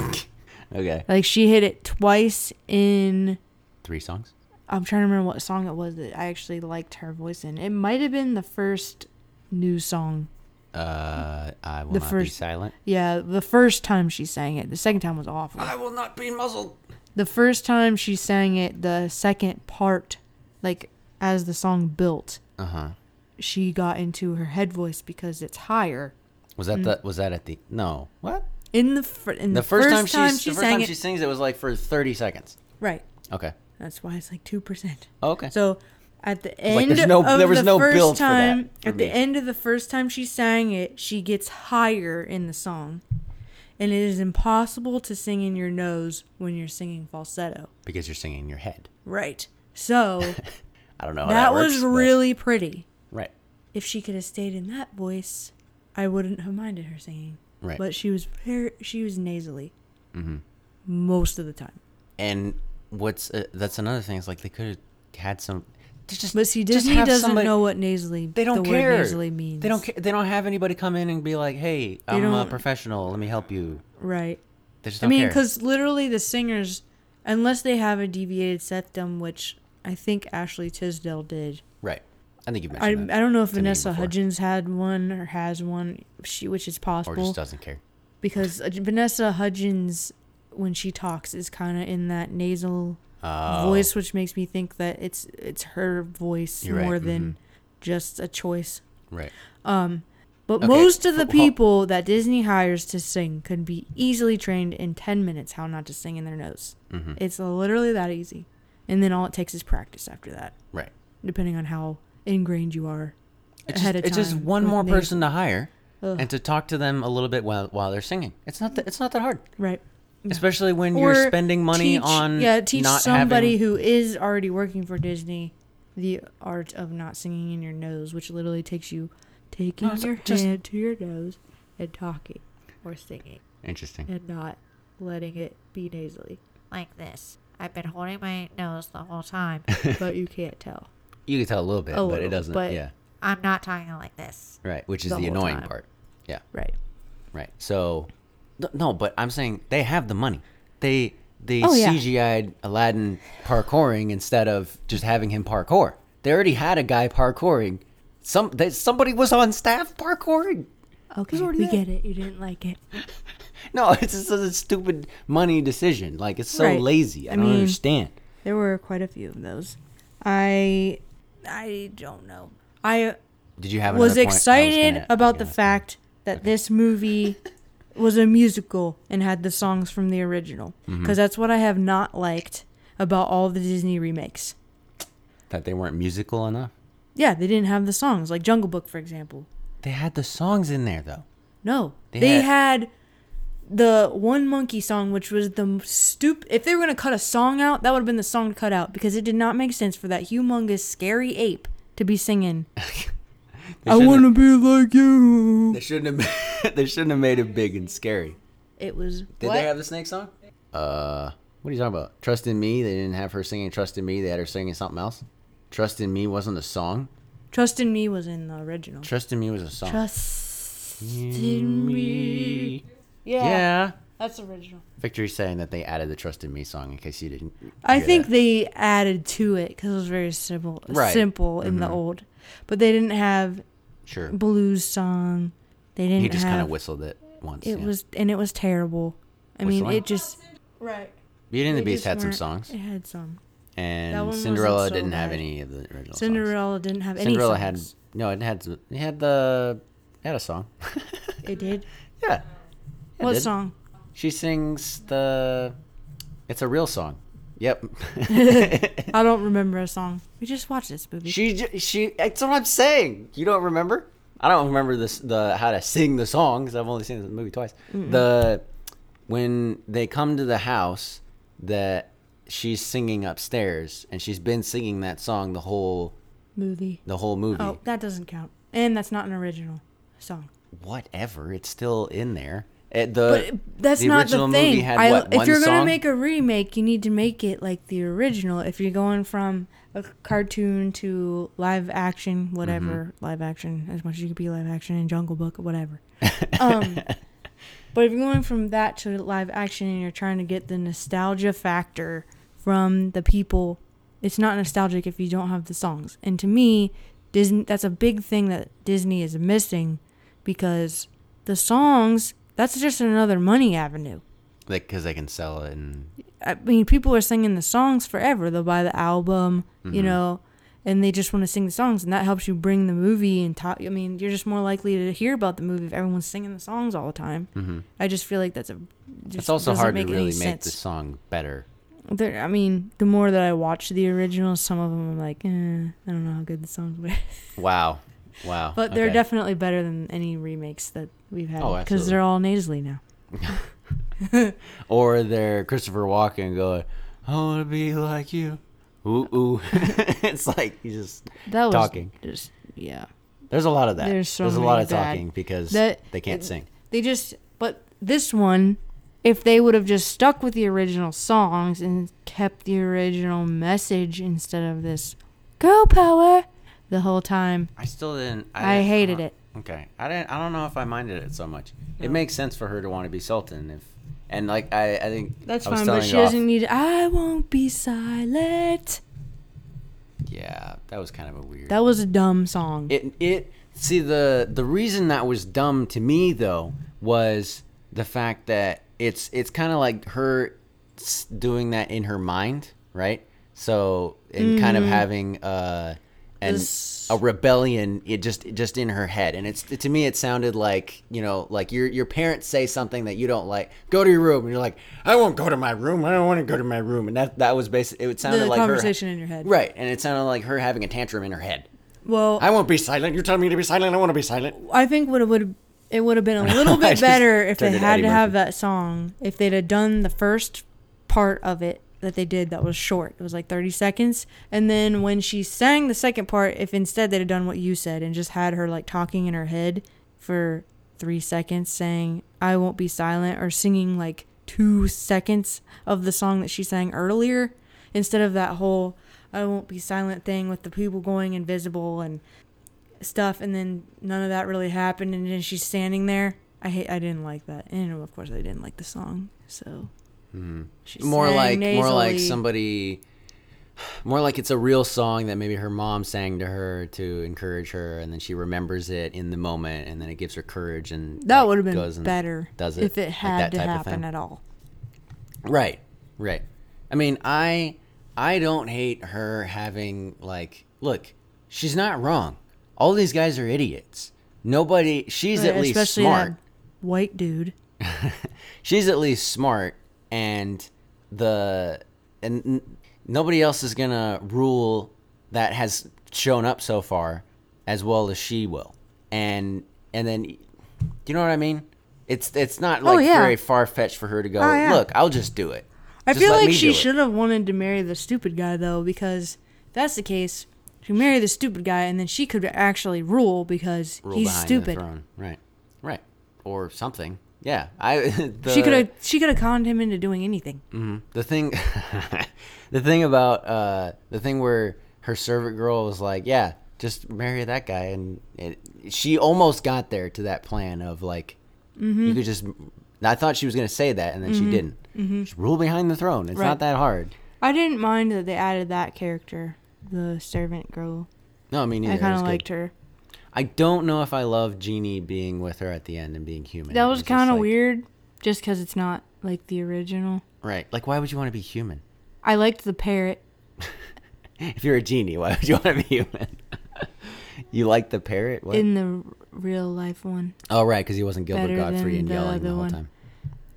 B: Okay,
A: Like she hit it twice in
B: three songs.
A: I'm trying to remember what song it was that I actually liked her voice in. It might have been the first new song.
B: Uh, I will
A: The
B: not be
A: first-
B: silent.
A: Yeah, the first time she sang it. The second time was awful.
B: I will not be muzzled.
A: The first time she sang it, the second part, like as the song built,
B: Uh huh.
A: she got into her head voice because it's higher.
B: Was that the? Was that at the? No. What?
A: In Mm. the, fir- in
B: The first, time,
A: time
B: she,
A: she
B: the first
A: sang
B: time
A: it,
B: she sings it was like for thirty seconds.
A: right.
B: Okay.
A: That's why it's like two percent.
B: Okay.
A: So at the
B: like,
A: end
B: there's no-
A: of
B: there was
A: the
B: no
A: first
B: build for that
A: time,
B: for
A: at the
B: me.
A: end of the first time she sang it, she gets higher in the song, and it is impossible to sing in your nose when you're singing falsetto.
B: because you're singing in your head.
A: Right. So
B: I don't know. How
A: that,
B: Oh, that,
A: was
B: works, but-
A: really pretty.
B: right.
A: If she could have stayed in that voice, I wouldn't have minded her singing.
B: Right. Mm-hmm.
A: But she was very, she was nasally, most of the time.
B: And what's uh, that's another thing is like they could have had some. they Just,
A: But see,
B: just
A: Disney
B: have
A: doesn't
B: somebody-
A: know what nasally.
B: They don't
A: the
B: care.
A: Word nasally means.
B: They don't care. They don't have anybody come in and be like, "Hey, I'm a
A: don't-
B: professional. Let me help you."
A: Right.
B: They just
A: I
B: don't
A: mean,
B: care.
A: because literally the singers, unless they have a deviated septum, which I think Ashley Tisdale did.
B: right. I think you
A: I, I
B: mentioned that.
A: don't know if
B: to me
A: Vanessa
B: before.
A: Hudgens had one or has one, she which is
B: or
A: possible
B: just doesn't care.
A: because uh, Vanessa Hudgens, when she talks, is kind of in that nasal
B: Oh,
A: voice, which makes me think that it's it's her voice
B: You're right,
A: more than just a choice.
B: right.
A: But
B: Okay,
A: most of the
B: ho- ho-
A: people that Disney hires to sing could be easily trained in 10 minutes how not to sing in their nose.
B: Mm-hmm.
A: It's literally that easy. And then all it takes is practice after that,
B: Right.
A: depending on how ingrained you are
B: It's
A: ahead
B: just,
A: of
B: it's
A: time.
B: just one
A: with
B: more
A: nasal-
B: person to hire and to talk to them a little bit while while they're singing. It's not that it's not that hard,
A: Right.
B: especially when you're
A: Or
B: spending money
A: teach-
B: on
A: Yeah, teach
B: not
A: somebody
B: having,
A: who is already working for Disney the art of not singing in your nose, which literally takes you taking
B: No, it's
A: your
B: just-
A: hand to your nose and talking or singing.
B: Interesting.
A: and not letting it be nasally.
D: like this. I've been holding my nose the whole time.
A: but you can't tell.
B: You can tell a little bit,
A: A
B: but it
A: little,
B: doesn't.
A: but-
B: yeah.
D: I'm not talking like this.
B: Right. Which is
A: the
B: the,
A: whole
B: annoying
A: time.
B: part. Yeah.
A: Right.
B: Right. So, th- no, but I'm saying they have the money. They they
A: Oh, yeah.
B: CGI'd Aladdin parkouring instead of just having him parkour. They already had a guy parkouring. Some they, somebody was on staff parkouring.
A: Okay,
B: already
A: we
B: there.
A: get it. You didn't like it.
B: No, it's just a stupid money decision. Like it's so
A: Right.
B: lazy. I,
A: I
B: don't
A: mean-
B: understand.
A: There were quite a few of those. I I don't know. I
B: Did you have?
A: was
B: another point? I
A: excited
B: gonna-
A: about the
B: gonna-
A: fact that this movie was a musical and had the songs from the original
B: Mm-hmm.
A: because that's what I have not liked about all the Disney remakes.
B: that they weren't musical enough.
A: Yeah, they didn't have the songs like Jungle Book, for example.
B: They had the songs in there though.
A: No,
B: They
A: they,
B: had-
A: had, the one monkey song, which was the stoop. If they were gonna cut a song out, that would have been the song to cut out because it did not make sense for that humongous scary ape to be singing.
B: They
A: I
B: shouldn't
A: wanna
B: have-
A: be like you.
B: They shouldn't have. they shouldn't have made it big and scary.
A: It was
B: Did
A: what?
B: they have the snake song? Uh, what are you talking about? Trust in me. They didn't have her singing "Trust in Me." They had her singing something else. "Trust in Me" wasn't a song.
A: Trust in Me was in the original.
B: "Trust in Me" was a song.
A: Trust in me.
B: Yeah.
A: That's original.
B: Victory's saying that they added the "Trust in Me" song in case you didn't.
A: I
B: hear
A: think
B: that.
A: they added to it because it was very simple,
B: Right. Mm-hmm.
A: simple in the old, but they didn't have
B: sure.
A: blues song. They didn't.
B: He just
A: have,
B: kind of whistled it once.
A: It
B: yeah.
A: was and it was terrible. I mean,
B: Whistling?
A: it just right.
B: Beauty and the
A: they
B: Beast
A: just
B: had some
A: weren't-
B: songs,
A: It had some. one
B: and
A: wasn't
B: Cinderella
A: so
B: didn't have
A: bad.
B: any of the original. songs.
A: Cinderella didn't have any.
B: Cinderella had
A: songs.
B: no. It had it had the it had a song.
A: It did.
B: yeah. It
A: what
B: did.
A: song?
B: She sings the. It's a real song. Yep.
A: I don't remember a song. We just watched this movie.
B: she j- she. That's what I'm saying. You don't remember? I don't remember this the how to sing the song because I've only seen the movie twice. The when they come to the house that she's singing upstairs and she's been singing that song the whole
A: Movie.
B: the whole movie.
A: Oh, that doesn't count. And that's not an original song.
B: Whatever, it's still in there. It, the
A: But that's
B: the
A: not
B: original
A: the thing.
B: movie had
A: I-
B: what
A: if
B: one
A: you're
B: song?
A: gonna make a remake, you need to make it like the original. If you're going from a cartoon to live action, whatever
B: Mm-hmm.
A: live action, as much as you could be live action in Jungle Book, whatever. um, but if you're going from that to live action and you're trying to get the nostalgia factor from the people, it's not nostalgic if you don't have the songs. And to me, Disney that's a big thing that Disney is missing because the songs that's just another money avenue.
B: like because they can sell it and
A: I mean, people are singing the songs forever. They'll buy the album,
B: Mm-hmm.
A: you know, and they just want to sing the songs, and that helps you bring the movie and talk. I mean, you're just more likely to hear about the movie if everyone's singing the songs all the time. Mm-hmm. I just feel like that's a.
B: it's also hard to really make the song better.
A: There, I mean, the more that I watch the originals, some of them I'm like, eh, I don't know how good the songs were,
B: Wow, wow.
A: but they're
B: okay.
A: definitely better than any remakes that we've had
B: Oh,
A: because
B: absolutely.
A: they're all nasally now.
B: or they're Christopher Walken going, "I want to be like you." Ooh, ooh. it's like you just
A: That was
B: Talking.
A: Just yeah.
B: There's a lot of that.
A: There's so
B: a
A: many
B: lot of
A: bad-
B: talking because
A: that-
B: they can't
A: it-
B: sing.
A: They just, but this one, if they would have just stuck with the original songs and kept the original message instead of this girl power the whole time,
B: I still didn't.
A: I,
B: didn't-
A: hated
B: uh,
A: it.
B: Okay, I didn't. I don't know if I minded it so much. It makes sense for her to want to be Sultan if, and like I, I think
A: That's
B: I was
A: fine, but
B: telling
A: she
B: you off-
A: doesn't need. I won't be silent.
B: Yeah, that was kind of a weird.
A: That was a dumb song.
B: It it see the the reason that was dumb to me though was the fact that it's it's kind of like her s- doing that in her mind, right? So and kind of having uh and
A: Mm. This-
B: a rebellion it just just in her head and it's to me it sounded like you know like your your parents say something that you don't like go to your room and you're like i won't go to my room i don't want to go to my room and that that was basically it sounded
A: the
B: like
A: conversation in your head.
B: her right and it sounded like her having a tantrum in her head
A: Well,
B: I won't be silent. You're telling me to be silent. I want to be silent.
A: I think would would it would have been a little
B: I
A: bit
B: just
A: better if they
B: turned into
A: had
B: Eddie
A: to have
B: Murphy.
A: that song. If they'd have done the first part of it that they did that was short. It was like 30 seconds. And then when she sang the second part, if instead they'd have done what you said and just had her like talking in her head for 3 seconds saying I won't be silent or singing like 2 seconds of the song that she sang earlier instead of that whole I won't be silent thing with the people going invisible and stuff and then none of that really happened and then she's standing there i hate i didn't like that and of course i didn't like the song so she
B: Hmm. More
A: sang
B: like more like
A: nasally.
B: somebody. More like it's a real song that maybe her mom sang to her to encourage her, and then she remembers it in the moment, and then it gives her courage. And
A: that
B: like,
A: would have been
B: goes and
A: better
B: Does it
A: if it
B: like
A: had
B: that
A: to
B: type of thing.
A: happen at all
B: Right, right. I mean, I I don't hate her having like look, she's not wrong. All these guys are idiots. Nobody. She's
A: But
B: at least
A: especially
B: smart.
A: that white dude
B: she's at least smart and the and n- nobody else is gonna rule that has shown up so far as well as she will and and then do you know what i mean it's it's not like
A: Oh, yeah.
B: very far-fetched for her to go
A: Oh, yeah.
B: look i'll just do it
A: i
B: Just
A: feel
B: let
A: like
B: me do
A: she
B: it."
A: should have wanted to marry the stupid guy though because if that's the case she marry the stupid guy and then she could actually rule because
B: Rule
A: he's
B: behind
A: stupid
B: the throne. right right or something yeah i the,
A: she could have she could have conned him into doing anything
B: The thing, the thing about uh, the thing where her servant girl was like, "Yeah, just marry that guy," and it, she almost got there to that plan of like,
A: Mm-hmm.
B: you could just. I thought she was gonna say that, and then she didn't. Just rule behind the throne. It's
A: Mm-hmm. Right.
B: not that hard.
A: I didn't mind that they added that character, the servant girl.
B: No, I mean,
A: I kind of liked her.
B: I don't know if I love Jeannie being with her at the end and being human.
A: That
B: It
A: was
B: just
A: kind of
B: like-
A: weird, just because it's not like the original.
B: right? Like, why would you want to be human
A: I liked the parrot.
B: if you're a genie? Why would you want to be human? you like the parrot? What?
A: In the r- real life one,
B: oh, right, because he wasn't Gilbert
A: Better
B: Godfrey
A: than
B: and
A: the
B: yelling the
A: other
B: whole
A: one.
B: time.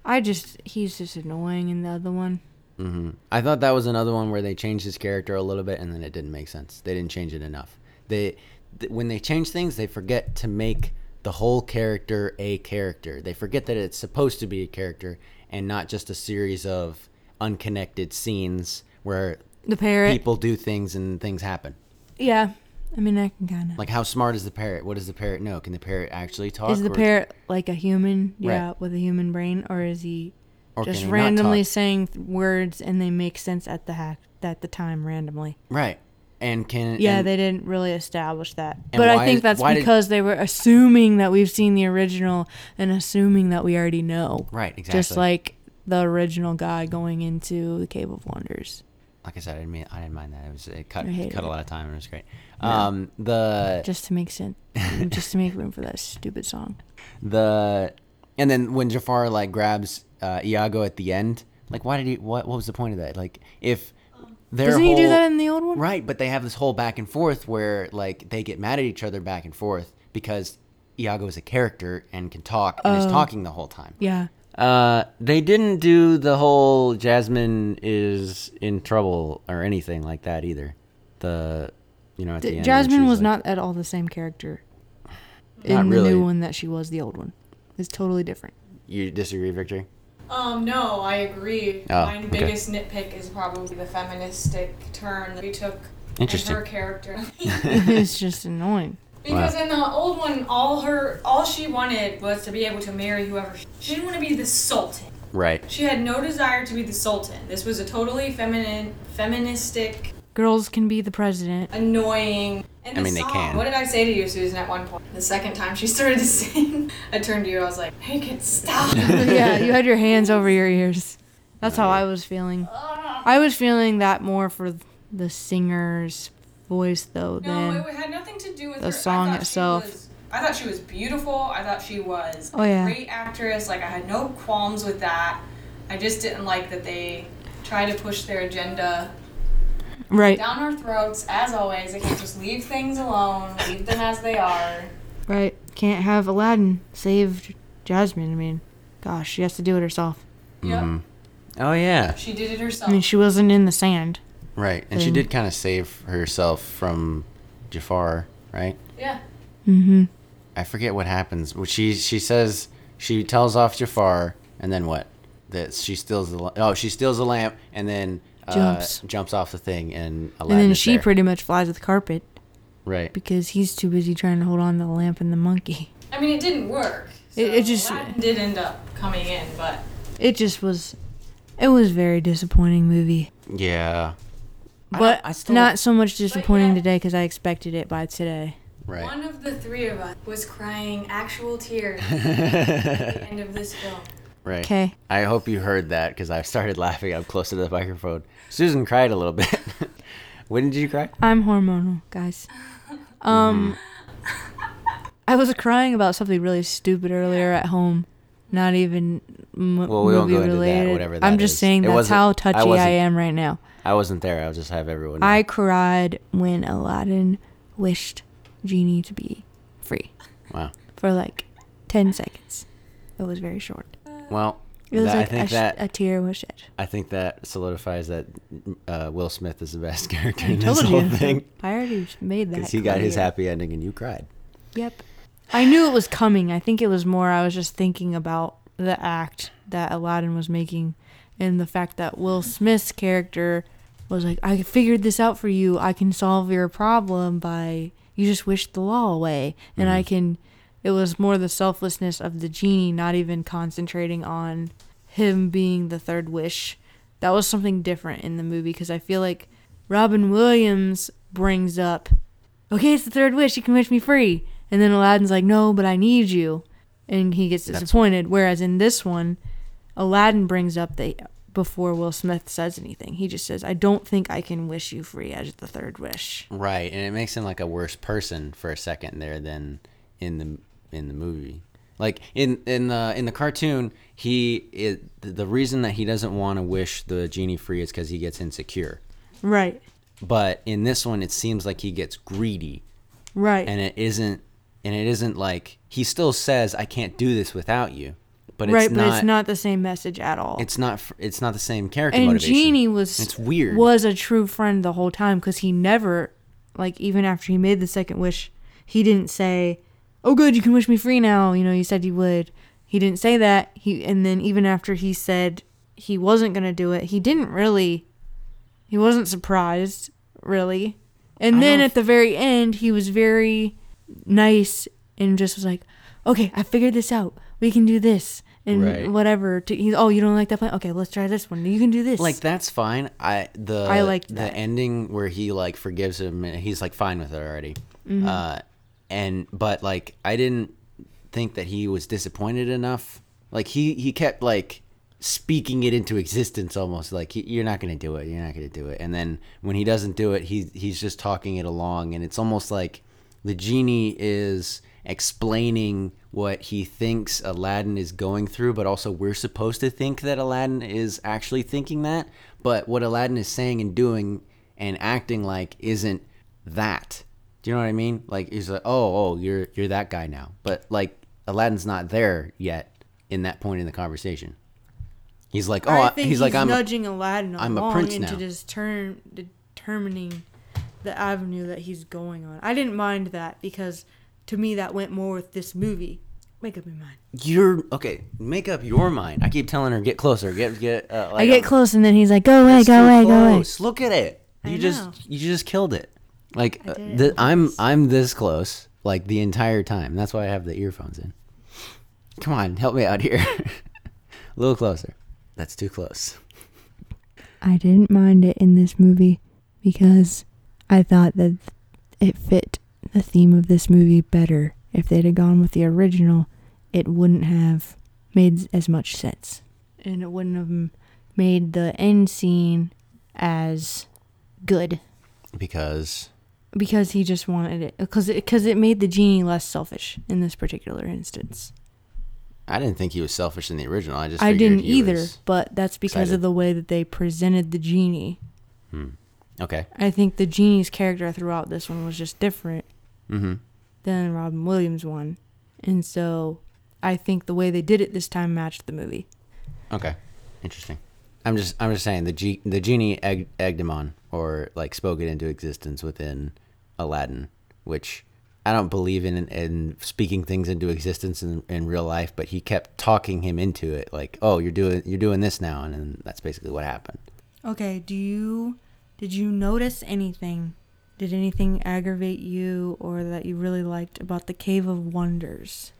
A: I just he's just annoying in the other one.
B: I thought that was another one where they changed his character a little bit and then it didn't make sense. They didn't change it enough. They th- when they change things, they forget to make the whole character a character. They forget that it's supposed to be a character and not just a series of unconnected scenes where
A: The parrot.
B: people do things and things happen.
A: Yeah. I mean, I can kind of.
B: Like, how smart is the parrot? What does the parrot know? Can the parrot actually talk?
A: Is the
B: or-
A: parrot like a human? Yeah,
B: Right.
A: with a human brain, or is he
B: or can
A: just
B: he not
A: randomly
B: talk?
A: saying th- words and they make sense at the hack at the time randomly?
B: right? And can
A: Yeah,
B: and-
A: they didn't really establish that,
B: And
A: but I
B: why-
A: think that's
B: why did-
A: because they were assuming that we've seen the original and assuming that we already know.
B: right exactly.
A: Just like the original guy going into the Cave of Wonders.
B: like I said, I didn't mean I didn't mind that. It was it cut
A: I hated
B: cut a
A: it.
B: lot of time and it was great. Um, the
A: Just to make sense, just to make room for that stupid song.
B: the and then when Jafar like grabs uh, Iago at the end, like why did he? What what was the point of that? Like if their
A: Um, Doesn't he do
B: whole-
A: that in the old one?
B: Right, but they have this whole back and forth where like they get mad at each other back and forth because Iago is a character and can talk and
A: Oh.
B: is talking the whole time.
A: Yeah.
B: Uh, they didn't do the whole Jasmine is in trouble or anything like that either. The you know at the
A: D-
B: end
A: Jasmine was not at all the same character in
B: Not
A: the
B: really.
A: new one that she was the old one. It's totally different.
B: You disagree, Victor?
C: Um, no, I agree.
B: Oh,
C: My
B: okay.
C: biggest nitpick is probably the feministic turn that we took
B: Interesting.
C: in her character.
A: it's just annoying.
C: because in the old one, all her, all she wanted was to be able to marry whoever. She, she didn't want to be the sultan.
B: Right.
C: She had no desire to be the sultan. This was a totally feminine, feministic,
A: Girls can be the president.
C: annoying. And
B: I
C: the
B: mean, they
C: song,
B: can.
C: What did I say to you, Susan, at one point? The second time she started to sing, I turned to you. I was like, "Hey, kid, stop!"
A: yeah, you had your hands over your ears. That's how I was feeling. I was feeling that more for the singer's voice though than
C: No, it had nothing to do with
A: the
C: her. I
A: song
C: thought she
A: itself.
C: was- I thought she was beautiful. I thought she was
A: Oh, yeah.
C: a great actress. Like I had no qualms with that. I just didn't like that they try to push their agenda
A: right,
C: down our throats. As always, they can't just leave things alone. Leave them as they are.
A: right. Can't have Aladdin save Jasmine. I mean, gosh, she has to do it herself.
C: Yep.
B: Oh yeah.
C: She did it herself.
A: I mean, she wasn't in the sand.
B: Right. And she
A: Thing.
B: did kind of save herself from Jafar, right?
C: yeah.
A: Mm-hmm.
B: I forget what happens. Well, She she says she tells off Jafar and then what? That she steals the la- oh she steals the lamp and then uh,
A: Jumps.
B: jumps off the thing and Aladdin
A: And then
B: is
A: she
B: there.
A: pretty much flies with the carpet
B: right
A: because he's too busy trying to hold on to the lamp and the monkey.
C: I mean, it didn't work.
A: It- it
C: so
A: just-
C: Aladdin did end up coming in, but
A: It just was, it was a very disappointing movie.
B: yeah
A: But
B: I still-
A: not so much disappointing
C: yeah.
A: today because I expected it by today.
B: right
C: one of the three of us was crying actual tears at the end of this film.
B: right
A: Okay.
B: I hope you heard that because I started laughing up close to the microphone. Susan cried a little bit. when did you cry?
A: I'm hormonal, guys.
B: Mm-hmm.
A: Um, I was crying about something really stupid earlier at home. Not even m-
B: Well, we won't
A: movie
B: go into that,
A: related.
B: whatever
A: I'm
B: that
A: just
B: is.
A: saying
B: It
A: that's
B: wasn't-
A: how
B: I
A: touchy I,
B: wasn't-
A: am right now.
B: I wasn't there. I'll just have everyone. know.
A: I cried when Aladdin wished Genie to be free
B: wow.
A: for like 10 seconds. It was very short.
B: Well,
A: It was
B: that-
A: like
B: I think
A: a, sh-
B: that
A: a tear was shed.
B: I think that solidifies that uh, Will Smith is the best character in this
A: Told
B: whole
A: you.
B: thing
A: I already made that.
B: because he got his
A: clear.
B: happy ending and you cried.
A: Yep. I knew it was coming. I think it was more I was just thinking about the act that Aladdin was making and the fact that Will Smith's character was like, I figured this out for you. I can solve your problem by you just wish the law away. And I can it was more the selflessness of the genie, not even concentrating on him being the third wish. That was something different in the movie because I feel like Robin Williams brings up okay, it's Oh, the third wish. You can wish me free. And then Aladdin's like, no, but I need you. And he gets disappointed. Whereas in this one, Aladdin brings up the before Will Smith says anything. He just says, I don't think I can wish you free as the third wish.
B: Right, and it makes him like a worse person for a second there than in the in the movie. Like in in the in the cartoon, he it, the reason that he doesn't want to wish the genie free is because he gets insecure.
A: Right.
B: But in this one, it seems like he gets greedy,
A: Right.
B: and it isn't and it isn't like he still says, "I can't do this without you," but it's
A: right,
B: not.
A: but it's not the same message at all.
B: It's not. f- It's not the same character
A: and
B: motivation.
A: Genie was
B: It's weird.
A: was a true friend the whole time because he never like even after he made the second wish he didn't say, "Oh, good, you can wish me free now." You know, you said you would. He didn't say that. He and then even after he said he wasn't gonna do it, he didn't really. He wasn't surprised, really. And then at the very end, he was very nice and just was like, "Okay, I figured this out. We can do this." And
B: Right.
A: whatever. To, he's, oh, you don't like that plan? Okay, let's try this one. You can do this.
B: Like that's fine. I the
A: I liked
B: the
A: that.
B: ending where he like forgives him and he's like fine with it already.
A: Mm-hmm.
B: Uh, and but like I didn't think that he was disappointed enough. Like he he kept like speaking it into existence almost like he, you're not going to do it. You're not going to do it. And then when he doesn't do it, he he's just talking it along and it's almost like the genie is explaining what he thinks Aladdin is going through, but also we're supposed to think that Aladdin is actually thinking that. But what Aladdin is saying and doing and acting like isn't that. Do you know what I mean? Like he's like, oh, oh, you're you're that guy now. But like Aladdin's not there yet in that point in the conversation. He's like, oh,
A: I
B: I-
A: think
B: he's like, I'm a-
A: nudging Aladdin
B: I'm a
A: along
B: prince
A: into
B: now.
A: just term determining the avenue that he's going on. I didn't mind that because to me that went more with this movie. Make up your mind.
B: you're okay. Make up your mind. I keep telling her, get closer, get get. Uh,
A: I
B: like,
A: get close and then he's like, "Go away,
B: It's
A: go
B: too
A: away, go away."
B: close. Look at it. You
A: know.
B: just you just killed it. Like uh,
A: did it
B: th- I'm I'm this close like the entire time. That's why I have the earphones in. Come on, help me out here. A little closer. That's too close.
A: I didn't mind it in this movie because I thought that it fit the theme of this movie better. If they'd have gone with the original, it wouldn't have made as much sense. And it wouldn't have made the end scene as good
B: Because
A: because he just wanted it because it, cause it made the genie less selfish in this particular instance.
B: I didn't think he was selfish in the original. I just
A: I
B: figured
A: didn't
B: he
A: either,
B: was-
A: but that's because
B: excited.
A: of the way that they presented the genie.
B: okay.
A: I think the genie's character throughout this one was just different
B: Mm-hmm.
A: than Robin Williams one, and so I think the way they did it this time matched the movie.
B: Okay. Interesting. I'm just I'm just saying the G- the genie egg- egged him on or like spoke it into existence within Aladdin, which I don't believe in in speaking things into existence in, in real life, but he kept talking him into it like, "Oh, you're doing you're doing this now." And then that's basically what happened.
A: Okay, do you did you notice anything? Did anything aggravate you or that you really liked about the Cave of Wonders?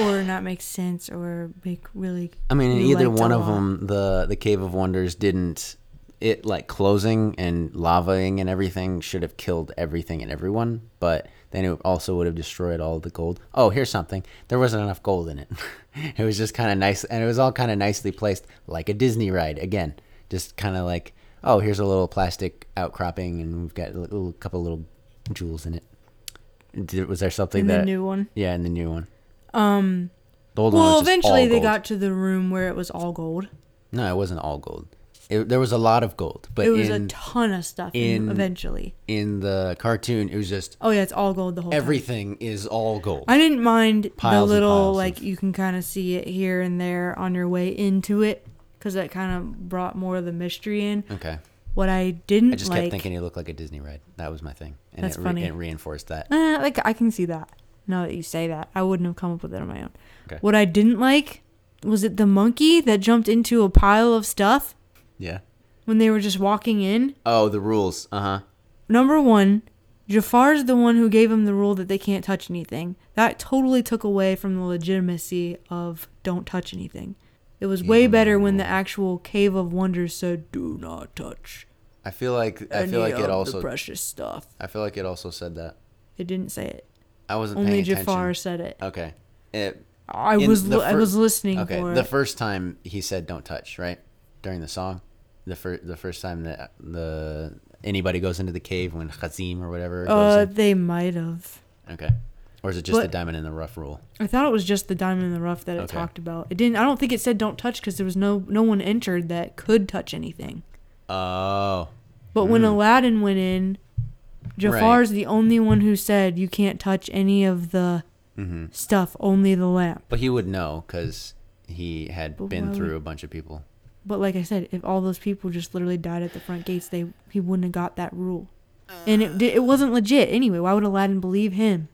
A: Or not make sense or make really
B: I mean, in
A: you
B: either
A: liked a
B: one of
A: lot?
B: them, the the Cave of Wonders didn't it like closing and lavaing and everything should have killed everything and everyone, but then it also would have destroyed all the gold. Oh, here's something. There wasn't enough gold in it. it was just kind of nice and it was all kind of nicely placed like a Disney ride again. Just kind of like, oh, here's a little plastic outcropping and we've got a little, couple little jewels in it. Did, was there something
A: in
B: that
A: the new one.
B: Yeah, in the new one.
A: Um
B: The old one
A: well
B: was just all
A: eventually they
B: gold.
A: got to the room where it was all gold.
B: No, it wasn't all gold. It, there was a lot of gold, but
A: It was
B: in
A: a ton of stuff
B: in-
A: in, eventually.
B: in the cartoon, it was just
A: Oh yeah, it's all gold the whole time.
B: everything is all gold.
A: I didn't mind the
B: Piles and piles
A: little
B: of-
A: like you can kind of see it here and there on your way into it because that kind of brought more of the mystery in.
B: okay,
A: What I didn't
B: I just
A: like,
B: kept thinking he looked like a Disney ride. That was my thing, and
A: That's
B: it, re-
A: funny.
B: it reinforced that.
A: Eh, like I can see that. Now that you say that, I wouldn't have come up with it on my own.
B: Okay.
A: What I didn't like was it the monkey that jumped into a pile of stuff
B: Yeah.
A: when they were just walking in.
B: Oh, the rules. Uh huh.
A: Number one, Jafar's the one who gave him the rule that they can't touch anything. That totally took away from the legitimacy of don't touch anything. It was way better when the actual Cave of Wonders said, "Do not touch
B: I feel like I
A: any
B: feel like
A: of
B: it
A: the
B: also
A: precious stuff."
B: I feel like it also said that.
A: It didn't say it.
B: I wasn't
A: Only
B: paying
A: Jafar
B: attention.
A: said it.
B: Okay. It,
A: I
B: in
A: was
B: the
A: li- I
B: fir-
A: was listening
B: Okay.
A: for
B: The
A: it.
B: first time he said "Don't touch," right during the song, the first the first time that the anybody goes into the cave when Khazim or whatever. Goes
A: Uh,
B: in.
A: they might have.
B: Okay. Or is it just the
A: But-
B: diamond in the rough rule?
A: I thought it was just the diamond in the rough that it
B: Okay.
A: talked about. It didn't. I don't think it said don't touch because there was no no one entered that could touch anything.
B: Oh.
A: But when Aladdin went in, Jafar's the only one who said you can't touch any of the
B: Mm-hmm.
A: stuff, only the lamp.
B: But he would know because he had
A: But why
B: been
A: would-
B: through a bunch of people.
A: But like I said, if all those people just literally died at the front gates, they he wouldn't have got that rule. and it di- it wasn't legit anyway. Why would Aladdin believe him?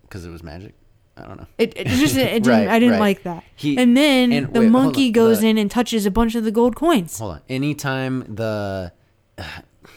B: because Uh, it was magic. I don't know.
A: It, it just it didn't,
B: Right,
A: I didn't
B: right.
A: like that.
B: He-
A: and then
B: and
A: the
B: wait, hold
A: monkey
B: on,
A: goes
B: the-
A: in and touches a bunch of the gold coins.
B: Hold on. Anytime the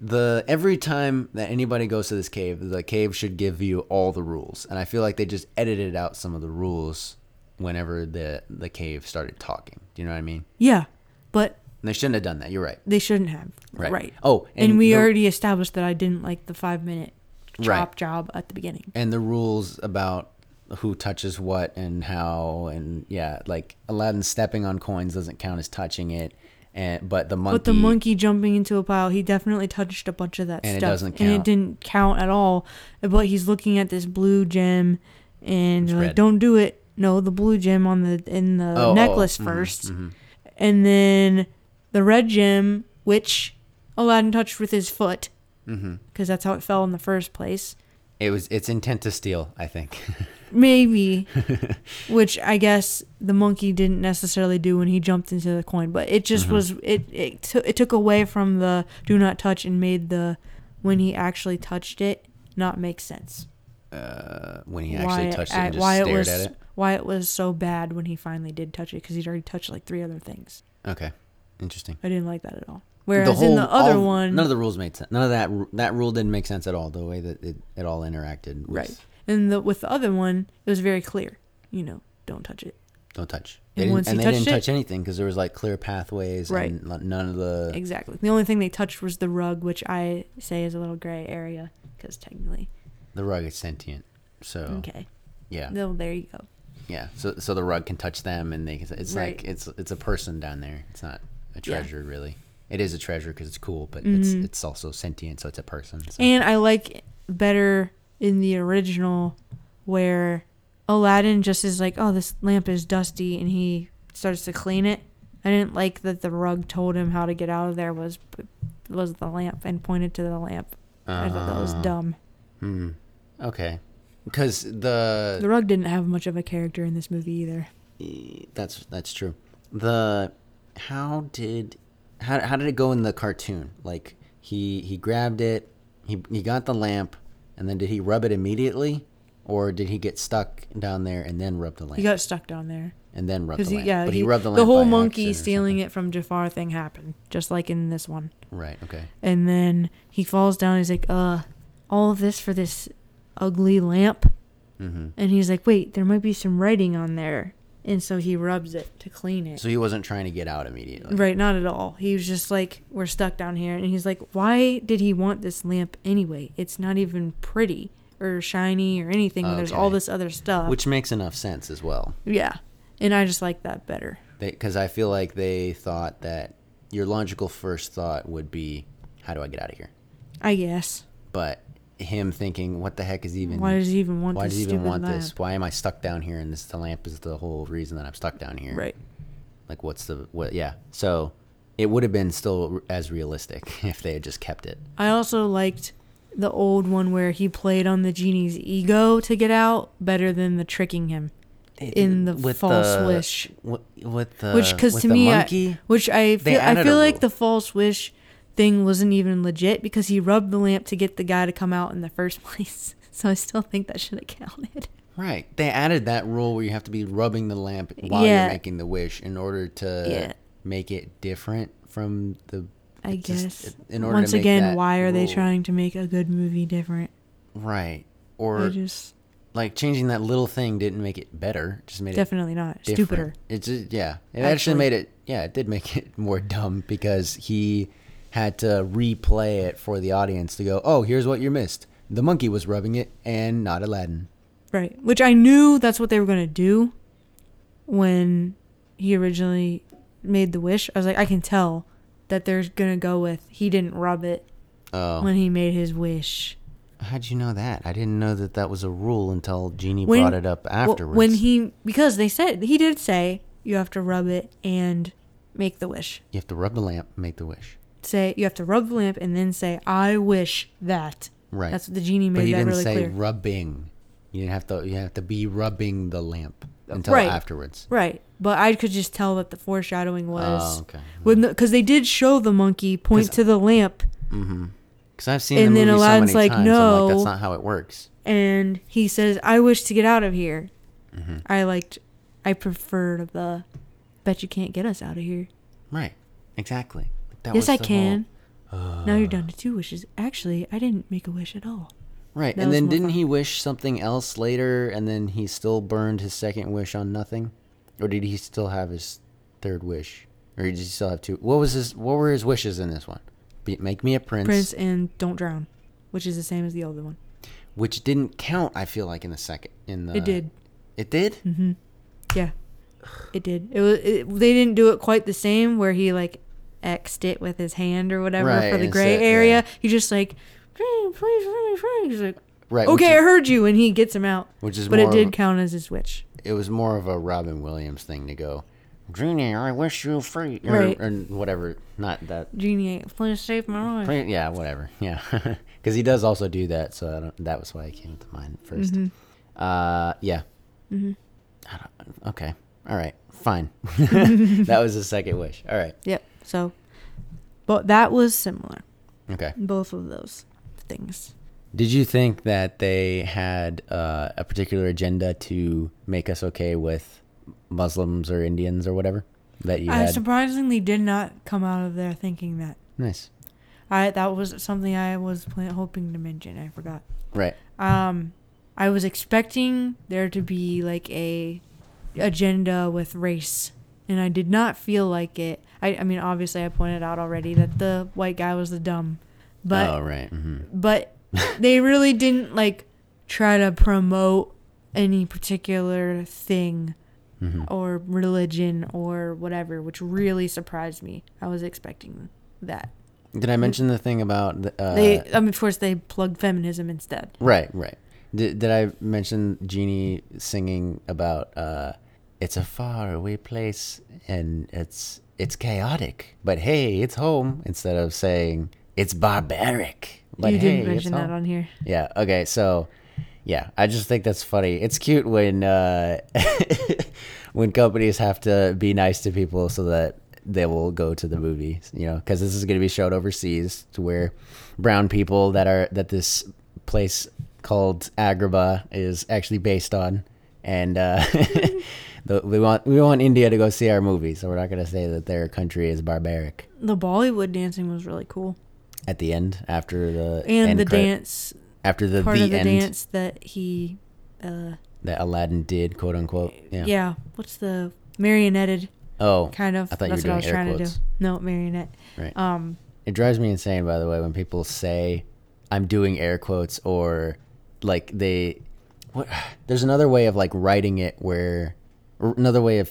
B: the every time that anybody goes to this cave, the cave should give you all the rules, and I feel like they just edited out some of the rules whenever the the cave started talking. Do you know what I mean?
A: Yeah, but
B: And they shouldn't have done that. You're right.
A: they shouldn't have.
B: Right.
A: Right.
B: Oh,
A: and,
B: and
A: we
B: the-
A: already established that I didn't like the five minute chop
B: Right.
A: job at the beginning.
B: And the rules about who touches what and how and yeah, like Aladdin stepping on coins doesn't count as touching it, and but the monkey.
A: But the monkey jumping into a pile, he definitely touched a bunch of that
B: And it
A: stuff,
B: doesn't
A: and
B: count.
A: it didn't count at all. But he's looking at this blue gem, and they're
B: red.
A: like, "Don't do it." No, the blue gem on the in the
B: Oh, oh,
A: necklace
B: mhm,
A: 1st and then the red gem, which Aladdin touched with his foot, because that's how it fell in the first place.
B: mm-hmm. It was its intent to steal. I think.
A: Maybe. Which I guess the monkey didn't necessarily do when he jumped into the coin, but it
B: Mm-hmm.
A: just was it it, t- it took away from the do not touch and made the when he actually touched it not make sense.
B: uh, when he actually touched it
A: I-
B: and just
A: why
B: stared
A: was
B: at it.
A: why it was so bad when he finally did touch it cuz he'd already touched like three other things.
B: Okay, interesting.
A: I didn't like that at all. Whereas in the other
B: all-
A: one
B: none of the rules made sense. None of that ru- that rule didn't make sense at all. The way that it, it all interacted. Was,
A: right. And the with the other one it was very clear, you know, don't touch it.
B: Don't touch.
A: And
B: They didn't,
A: once
B: and
A: he
B: they didn't
A: touched it-
B: touch anything because there was like clear pathways
A: Right.
B: and like, none of the.
A: Exactly. The only thing they touched was the rug, which I say is a little gray area because technically,
B: The rug is sentient, so
A: okay.
B: Oh. yeah,
A: No, there you go.
B: yeah. So so the rug can touch them, and they can. It's
A: Right.
B: like it's it's a person down there. It's not a
A: Yeah. Mm-hmm.
B: treasure, really. It is a treasure because it's cool, but it's it's also sentient, so it's a person. So.
A: And I like better in the original where Aladdin just is like, "Oh, this lamp is dusty," and he starts to clean it. I didn't like that the rug told him how to get out of there was was the lamp and pointed to the lamp. I thought that
B: Ah.
A: was dumb.
B: Hmm. okay, because the
A: The rug didn't have much of a character in this movie either.
B: That's that's true. The how did how how did it go in the cartoon? Like he he grabbed it, he he got the lamp, and then did he rub it immediately, or did he get stuck down there and then rub the lamp
A: He got stuck down there.
B: and then rub the
A: Because he,
B: lamp?
A: yeah,
B: but he,
A: he-
B: rubbed the lamp.
A: whole
B: by
A: monkey
B: accident or
A: stealing it from Jafar thing happened, just like in this one.
B: something. Right. Okay.
A: And then he falls down. He's like, "Uh, all of this for this ugly lamp."
B: mm-hmm.
A: And he's like, "Wait, there might be some writing on there." And so he rubs it to clean it.
B: So uh, he wasn't trying to get out immediately.
A: Right, not at all. He was just like, "We're stuck down here." And he's like, "Why did he want this lamp anyway? It's not even pretty or shiny or anything. when There's all
B: Okay.
A: this other stuff."
B: Which makes enough sense as well,
A: yeah, and I just like that better.
B: because I feel like they thought that your logical first thought would be, "How do I get out of here?"
A: I guess.
B: But him thinking, "What the heck is even?
A: Why does he even want
B: Why
A: this
B: does he even
A: stupid
B: want
A: lamp?
B: this? Why am I stuck down here? And this the lamp is the whole reason that I'm stuck down here.
A: Right.
B: Like, what's the what? Yeah. So it would have been still r- as realistic if they had just kept it.
A: I also liked the old one where he played on the genie's ego to get out better than the tricking him in the false wish.
B: With, with the
A: Which, because
B: Uh, with
A: to
B: the
A: me,
B: monkey,
A: I, which I feel, I
B: added a
A: feel like
B: rule.
A: the false wish thing wasn't even legit because he rubbed the lamp to get the guy to come out in the first place. So I still think that should have counted.
B: right? They added that rule where you have to be rubbing the lamp while
A: Yeah.
B: you're making the wish in order to
A: Yeah.
B: make it different from the.
A: I
B: it
A: guess.
B: just- in order
A: Once
B: to make
A: again,
B: that
A: why are they
B: rule-
A: trying to make a good movie different?
B: Right.
A: I
B: Or
A: just
B: like changing that little thing didn't make it better; just made it
A: definitely not
B: different.
A: stupider.
B: It's just, yeah. It actually
A: Actually.
B: made it yeah, it did make it more dumb because he had to replay it for the audience to go, "Oh, here's what you missed. The monkey was rubbing it and not Aladdin."
A: Right. Which I knew that's what they were going to do when he originally made the wish. I was like, I can tell that they're going to go with he didn't rub it
B: Oh.
A: when he made his wish.
B: How'd you know that? I didn't know that that was a rule until Genie
A: When,
B: brought it up
A: well,
B: afterwards.
A: When he, because they said, he did say, you have to rub it and make the wish.
B: you have to rub the lamp, make the wish.
A: Say, you have to rub the lamp and then say, I wish that.
B: Right.
A: That's what the genie made
B: But he
A: that
B: didn't
A: really
B: say
A: clear.
B: rubbing. You didn't have to you have to be rubbing the lamp until
A: Right.
B: afterwards. Oh,
A: Right, but I could just tell that the foreshadowing was
B: okay.
A: when because they did show the monkey point
B: 'Cause-
A: to the lamp
B: Because I've seen
A: And
B: the
A: then
B: movie
A: Aladdin's
B: so many
A: like,
B: times. I'm
A: "No."
B: like, that's not how it works.
A: and he says, "I wish to get out of here."
B: Mm-hmm.
A: I liked, I preferred the, "Bet you can't get us out of here."
B: Right. Exactly. Like, that
A: yes,
B: was
A: I
B: the whole- Uh.
A: can. now you're down to two wishes. Actually, I didn't make a wish at all.
B: Right.
A: That
B: and
A: was
B: then
A: more
B: didn't
A: fun.
B: he wish something else later and then he still burned his second wish on nothing? Or did he still have his third wish? Or did he still have two? What was his what were his wishes in this one? Be, make me a prince,
A: Prince and don't drown, which is the same as the other one.
B: which didn't count I feel like in the second in the
A: it did. Mm-hmm.
B: It did?
A: Yeah, it did. It was. It, they didn't do it quite the same where he like xed it with his hand or whatever
B: Right,
A: for the
B: and
A: gray
B: said-
A: area. He just like, please, please, please, please. He's like,
B: Right. which
A: okay, I
B: is-
A: heard you, and he gets him out.
B: Which is
A: but
B: more
A: it
B: of
A: did
B: a-
A: count as his witch.
B: it was more of a Robin Williams thing to go, Junior, I wish you free or,
A: Right.
B: or whatever. Not that
A: Genie, please save
B: Mm,
A: my life.
B: Pretty- yeah, whatever. Yeah, because he does also do that, so I don't, that was why it came to mind 1st
A: Mm-hmm.
B: Uh, yeah. I don't, okay. All right. Fine. that was the second wish. All right.
A: Yep. So, but that was similar.
B: Okay.
A: Both of those things.
B: Did you think that they had uh, a particular agenda to make us okay with Muslims or Indians or whatever that you
A: I
B: had?
A: surprisingly did not come out of there thinking that.
B: nice.
A: I that was something I was plan- hoping to mention. I forgot.
B: Right.
A: Um, I was expecting there to be like a agenda with race, and I did not feel like it. I, I mean, obviously, I pointed out already that the white guy was the dumb, but
B: oh, right. mhm.
A: but they really didn't like try to promote any particular thing
B: mm-hmm.
A: or religion or whatever, which really surprised me. I was expecting that.
B: Did I mention the thing about the, uh,
A: They, I mean, of course, they plugged feminism instead.
B: Right, right. Did, did I mention Jeannie singing about uh, it's a far away place and it's it's chaotic, but hey, it's home instead of saying it's barbaric. But
A: you
B: hey,
A: didn't
B: it's
A: mention that
B: home."
A: on here.
B: Yeah. Okay. So, yeah, I just think that's funny. It's cute when uh, when companies have to be nice to people so that they will go to the movies. You know, because this is going to be showed overseas to where brown people that are that this place called Agrabah is actually based on. And uh, the, we want we want India to go see our movie, so we're not gonna say that their country is barbaric.
A: The Bollywood dancing was really cool,
B: At the end, after the
A: and
B: end
A: the
B: credit-
A: dance
B: after the
A: part
B: the,
A: of the
B: end,
A: dance that he, uh,
B: that Aladdin did, quote unquote. Oh, Yeah.
A: yeah. what's the marionetted
B: Oh,
A: kind of?
B: I thought you were doing air quotes.
A: No, marionette.
B: Right.
A: Um,
B: It drives me insane, by the way, when people say I'm doing air quotes or like they. What? There's another way of like writing it where, or another way of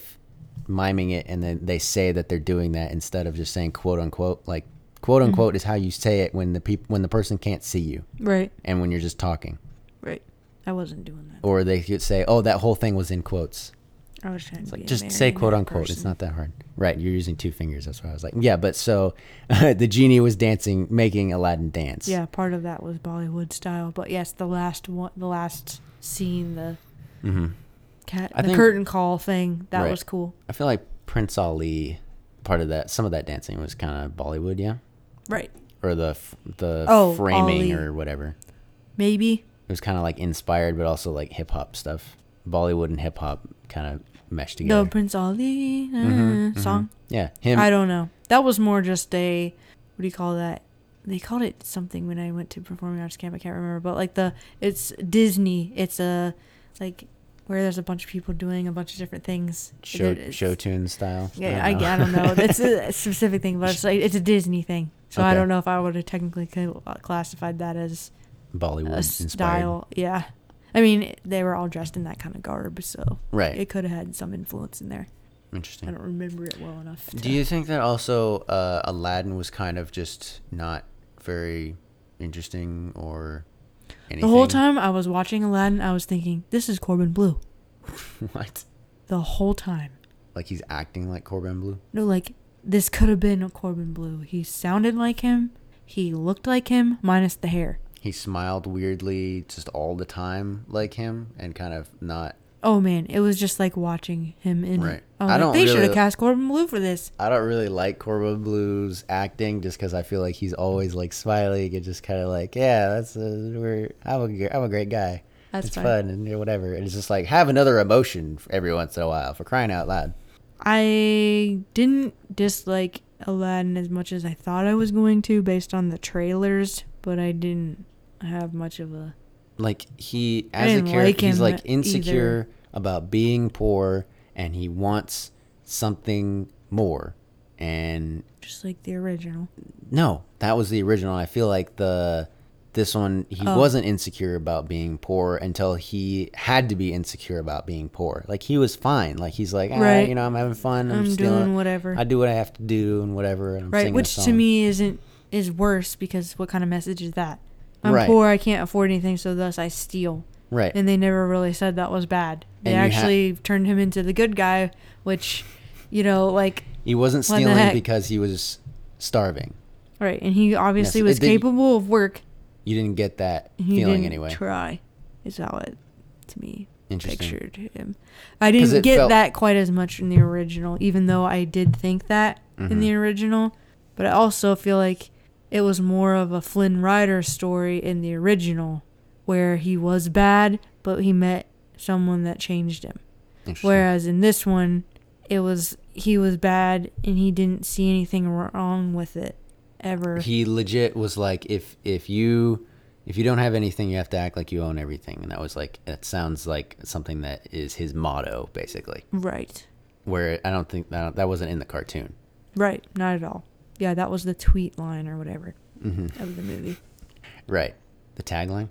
B: miming it, and then they say that they're doing that instead of just saying quote unquote. Like
A: Mm-hmm.
B: quote unquote is how you say it when the peop- when the person can't see you
A: right,
B: and when you're just talking.
A: right. I wasn't doing that.
B: Or they could say, "Oh, that whole thing was in quotes."
A: I was trying to be a
B: just say
A: marionette
B: quote unquote it's
A: person.
B: not that hard right you're using two fingers that's why i was like yeah but so the genie was dancing making aladdin dance
A: Yeah, part of that was Bollywood style, but yes, the last one, the last scene, the cat,
B: I
A: the
B: think-
A: curtain call thing, that
B: Right.
A: was cool.
B: i feel like prince ali part of that some of that dancing was kind of bollywood yeah
A: Right.
B: or the f- the
A: Oh,
B: framing
A: Ali.
B: or whatever
A: Maybe.
B: it was kind of like inspired but also like hip-hop stuff bollywood and hip-hop kind of meshed
A: The
B: together Mm-hmm,
A: Prince Ali uh, song.
B: yeah him
A: I don't know. That was more just a what do you call that? They called it something when I went to performing arts camp. I can't remember, but like the it's Disney. It's a like where there's a bunch of people doing a bunch of different things. It-
B: show
A: it's-
B: show tune style
A: Yeah, I, I don't know. It's a specific thing, but it's like it's a Disney thing. So I
B: Okay.
A: don't know if I would have technically cl- uh, classified that as
B: bollywood
A: a
B: inspired
A: style. Yeah, I mean they were all dressed in that kind of garb, so
B: Right.
A: it could have had some influence in there.
B: interesting
A: I don't remember it well enough. to-
B: Do you think that also uh, Aladdin was kind of just not very interesting or anything?
A: The whole time I was watching Aladdin, I was thinking, this is Corbin Blue.
B: What?
A: The whole time.
B: Like he's acting like Corbin Blue?
A: No, like, this could have been a Corbin Blue. He sounded like him. He looked like him, minus the hair.
B: He smiled weirdly just all the time like him and kind of not
A: oh man, it was just like watching him in.
B: Right.
A: I,
B: I don't
A: don't. They should
B: really-
A: have cast Corbin Blue for this.
B: I don't really like Corvo Blue's acting just because I feel like he's always like smiling and just kind of like, yeah, that's uh we're I'm a gr- I'm a great guy.
A: That's
B: it's
A: fine.
B: fun and you know, whatever. And it's just like have another emotion f- every once in a while for crying out loud.
A: I didn't dislike Aladdin as much as I thought I was going to based on the trailers, but I didn't have much of a.
B: Like he
A: I
B: as a
A: didn't
B: character,
A: like
B: he's
A: him
B: like
A: either.
B: insecure about being poor and he wants something more. And
A: Just like the original.
B: No, that was the original. I feel like the this one he
A: Oh.
B: wasn't insecure about being poor until he had to be insecure about being poor. Like he was fine. Like he's like, ah,
A: Right.
B: you know, I'm having fun. I'm,
A: I'm
B: stealing-
A: doing whatever."
B: I do what I have to do and whatever. And I'm
A: Right,
B: singing a
A: which to
B: song.
A: me isn't is worse because what kind of message is that? I'm
B: Right.
A: poor, I can't afford anything, so thus I steal.
B: right?
A: And they never really said that was bad. They
B: And you ha-
A: actually turned him into the good guy, which, you know, like
B: he wasn't
A: what the
B: stealing
A: heck?
B: because he was starving.
A: right, and he obviously
B: Yes,
A: was
B: it did-
A: capable of work.
B: You didn't get that
A: He
B: feeling
A: didn't
B: anyway.
A: try. Is how it to me
B: Interesting.
A: pictured him. I
B: 'Cause it
A: didn't get
B: felt-
A: that quite as much in the original, even though I did think that in
B: Mm-hmm.
A: the original. But I also feel like it was more of a Flynn Rider story in the original, where he was bad, but he met someone that changed him.
B: Interesting.
A: Whereas in this one, it was he was bad and he didn't see anything wrong with it ever.
B: he legit was like, if if you if you don't have anything, you have to act like you own everything. And that was like that sounds like something that is his motto, basically.
A: right.
B: where I don't think that that wasn't in the cartoon.
A: Right, not at all. Yeah, that was the tweet line or whatever of the movie.
B: Right. The tagline.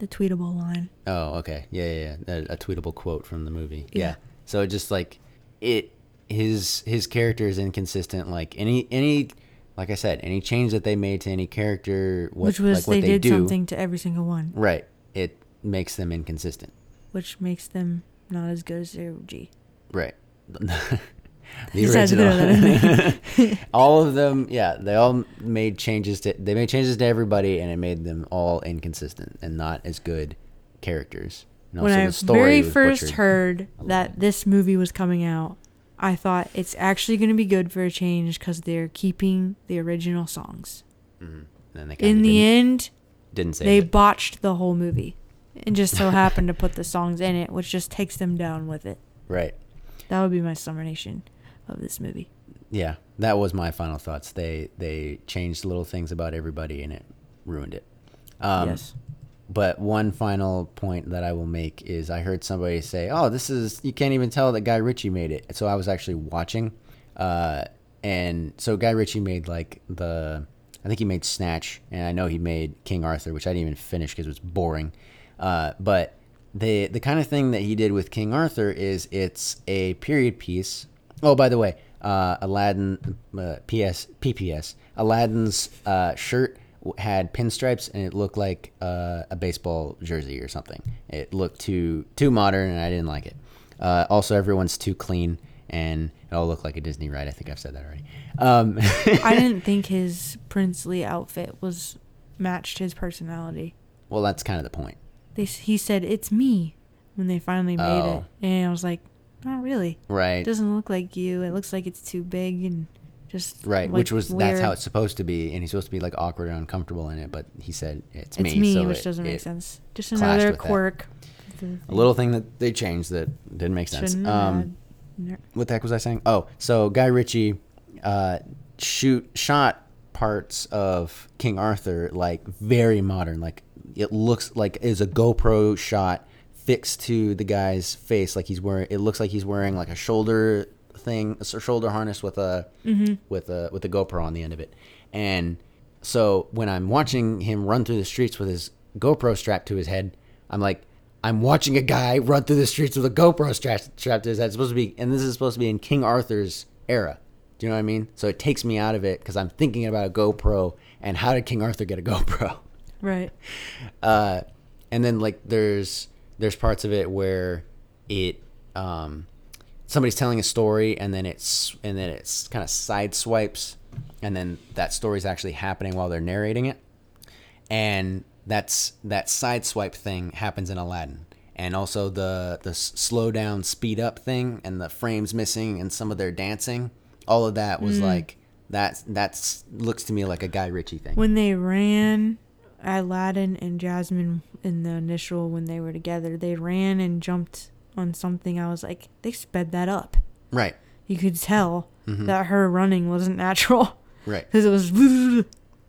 A: The tweetable line.
B: Oh, okay. Yeah, yeah, yeah. A, a tweetable quote from the movie. Yeah.
A: Yeah.
B: So it just like it his his character is inconsistent. Like any any like I said, any change that they made to any character, what,
A: which was
B: like what
A: they,
B: they,
A: did
B: do,
A: something to every single one,
B: right? It makes them inconsistent.
A: which makes them not as good as their OG.
B: Right. the
A: Besides the
B: original. all of them, yeah, they all made changes to they made changes to everybody and it made them all inconsistent and not as good characters. And
A: when
B: also
A: I
B: the story
A: very
B: was
A: first
B: butchered.
A: heard that this movie was coming out, I thought it's actually going to be good for a change because they're keeping the original songs.
B: And then they
A: In the
B: didn't,
A: end,
B: didn't say
A: they
B: it.
A: botched the whole movie and just so happened to put the songs in it, which just takes them down with it.
B: right.
A: That would be my summation of this movie.
B: Yeah, that was my final thoughts. They they changed little things about everybody and it ruined it. Um,
A: Yes.
B: But one final point that I will make is I heard somebody say, "Oh, this is you can't even tell that Guy Ritchie made it." So I was actually watching, uh, and so Guy Ritchie made like the I think he made Snatch, and I know he made King Arthur, which I didn't even finish because it was boring. Uh, but the the kind of thing that he did with King Arthur is it's a period piece. Oh, by the way, uh, Aladdin uh, PS PPS Aladdin's uh, shirt w- had pinstripes and it looked like uh, a baseball jersey or something. It looked too too modern and I didn't like it. Uh, also, everyone's too clean and it all looked like a Disney ride. I think I've said that already. Um,
A: I didn't think his princely outfit was matched his personality.
B: well, that's kind of the point.
A: They s- he said it's me when they finally made
B: Oh.
A: it, and I was like, not really.
B: Right.
A: It doesn't look like you. It looks like it's too big and just
B: Right, which
A: like,
B: was that's how
A: weird.
B: it's supposed to be, and he's supposed to be like awkward and uncomfortable in it. But he said it's,
A: it's me,
B: me, so
A: which
B: it-
A: doesn't
B: it-
A: make sense. Just
B: clashed
A: another
B: with that.
A: quirk. The-
B: A little thing that they changed that didn't make sense.
A: shouldn't have
B: Um,
A: had. Ner-
B: what the heck was I saying? Oh, so Guy Ritchie uh, shoot shot parts of King Arthur like very modern, like it looks like is a GoPro shot fixed to the guy's face, like he's wearing. It looks like he's wearing like a shoulder thing, a s- shoulder harness with a
A: Mm-hmm.
B: with a with a GoPro on the end of it, and so when I'm watching him run through the streets with his GoPro strapped to his head, I'm like, I'm watching a guy run through the streets with a GoPro stra- strapped to his head. It's supposed to be, and this is supposed to be in King Arthur's era. Do you know what I mean? So it takes me out of it because I'm thinking about a GoPro and how did King Arthur get a GoPro?
A: right.
B: uh, and then like there's there's parts of it where it um, somebody's telling a story and then it's and then it's kind of side swipes and then that story's actually happening while they're narrating it and that's that side swipe thing happens in Aladdin and also the the s- slow down, speed up thing, and the frames missing, and some of their dancing. All of that was like that. That's looks to me like a Guy Ritchie thing.
A: when they ran aladdin and jasmine in the initial when they were together they ran and jumped on something i was like they sped that up
B: right.
A: you could tell
B: Mm-hmm.
A: that her running wasn't natural
B: Right.
A: because it was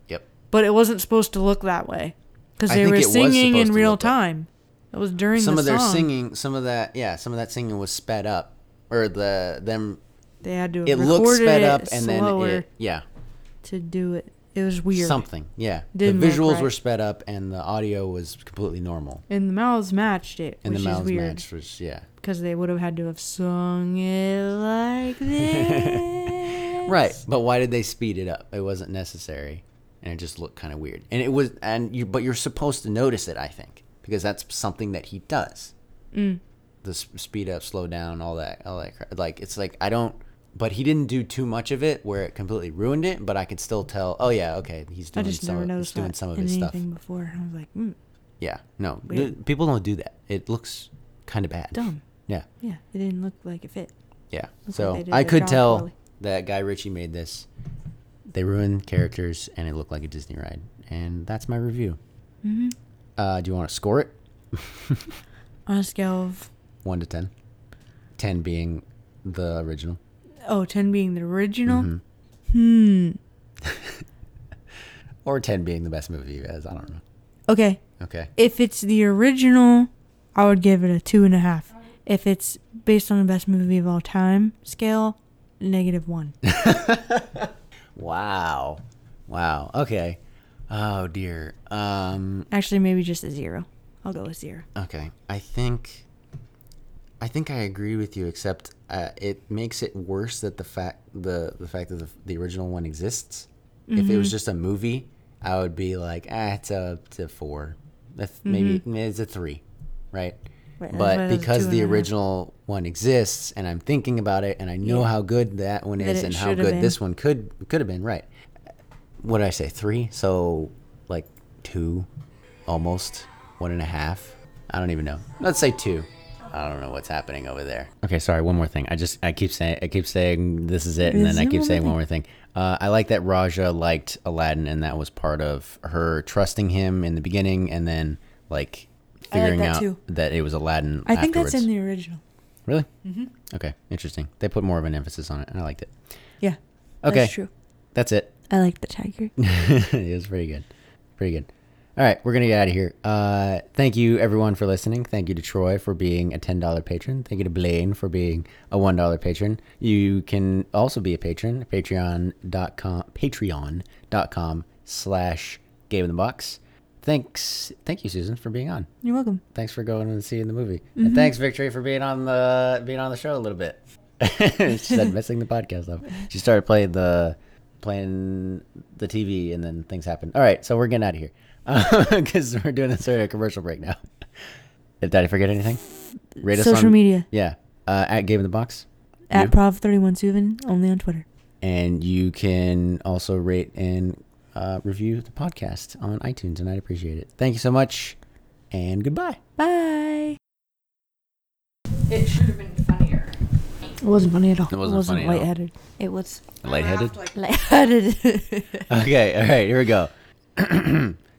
B: Yep.
A: but it wasn't supposed to look that way because
B: I
A: they
B: think
A: were
B: it was
A: singing
B: supposed
A: in
B: to
A: real
B: look that-
A: time it was during
B: Some
A: the
B: of their
A: song.
B: singing, some of that, yeah, some of that singing was sped up, or the them.
A: they had to
B: It
A: record
B: looked sped
A: it
B: up, and
A: slower
B: then it, yeah,
A: to do it it was weird
B: something, yeah.
A: Didn't
B: the
A: look
B: visuals
A: right.
B: were sped up, and the audio was completely normal,
A: and the mouths matched it
B: and
A: which
B: the
A: is
B: mouths
A: weird
B: match was, yeah,
A: because they would have had to have sung it like this.
B: right. But why did they speed it up? It wasn't necessary, and it just looked kind of weird. And it was, and you, but you're supposed to notice it, I think, because that's something that he does.
A: Mm,
B: the s- speed up, slow down, all that, all that. Crap. Like it's like I don't, but he didn't do too much of it where it completely ruined it. But I could still tell. Oh yeah, okay, he's
A: I
B: doing
A: just
B: some,
A: never
B: of,
A: noticed
B: he's doing
A: that
B: some of
A: in
B: his stuff.
A: anything before. I was like, mm,
B: Yeah, no, th-
A: Weird.
B: people don't do that. It looks kind of bad.
A: dumb.
B: Yeah,
A: Yeah, it didn't look like it fit.
B: yeah.
A: Looks like
B: so
A: they did
B: I
A: their
B: could
A: job
B: tell
A: poorly.
B: that Guy Ritchie made this. They ruined characters, and it looked like a Disney ride. And that's my review.
A: Mm-hmm.
B: Uh, do you want to score it?
A: On a scale of
B: One to ten. Ten being the original. Mm-hmm.
A: oh, 10 being the original. Hmm.
B: or 10 being the best movie as I don't know.
A: Okay,
B: Okay.
A: if it's the original, I would give it a two and a half. If it's based on the best movie of all time scale, negative one.
B: Wow. Wow. Okay. Oh dear. Um
A: Actually, maybe just a zero. I'll go with zero.
B: okay. I think I think I agree with you except uh, it makes it worse that the fact the the fact that the, the original one exists. If it
A: Mm-hmm.
B: was just a movie, I would be like, "Ah, it's a it's a 4. That's maybe it's a 3." Right?
A: Right, Mm-hmm. that's why
B: But
A: it was a
B: because
A: two
B: the
A: and a half.
B: original one exists and I'm thinking about it and I know how good that one
A: That
B: is
A: it
B: and how
A: should have
B: good
A: been.
B: this one could could have been, right? What did I say? Three? So like two, almost one and a half. I don't even know. Let's say two. I don't know what's happening over there. Okay, sorry. One more thing. I just I keep saying I keep saying this is it, and then I keep saying one more thing. Uh, I like that Raja liked Aladdin, and that was part of her trusting him in the beginning, and then like
A: I like
B: figuring
A: that
B: out
A: too.
B: that it was Aladdin.
A: I think
B: afterwards.
A: that's in the original.
B: Really? Mm-hmm. Okay, interesting. They put more of an emphasis on it, and I liked it.
A: Yeah.
B: Okay,
A: That's true.
B: That's it.
A: I like the tiger.
B: it was pretty good. Pretty good. All right, we're going to get out of here. Uh, thank you, everyone, for listening. Thank you to Troy for being a $10 patron. Thank you to Blaine for being a $1 patron. You can also be a patron, patreon.com, patreon.com slash game in the box. Thanks. Thank you, Susan, for being on.
A: You're welcome.
B: Thanks for going and seeing the movie. And thanks, Victory, for being on the being on the show a little bit. she said messing the podcast up. She started playing the playing the TV, and then things happened. All right, so we're getting out of here because we're doing this during a commercial break now. Did I forget anything? Rate
A: Social media.
B: Yeah, uh, at Game in the Box,
A: At
B: You?
A: Prov 31 Suvin, only on Twitter.
B: and you can also rate and uh, review the podcast on iTunes, and I'd appreciate it. Thank you so much, and goodbye.
A: Bye.
C: It should have been funnier.
A: It wasn't funny at all.
B: It wasn't funny at all.
A: lightheaded. It was
C: I laughed, like,
A: lightheaded.
B: Okay, all right, here we go.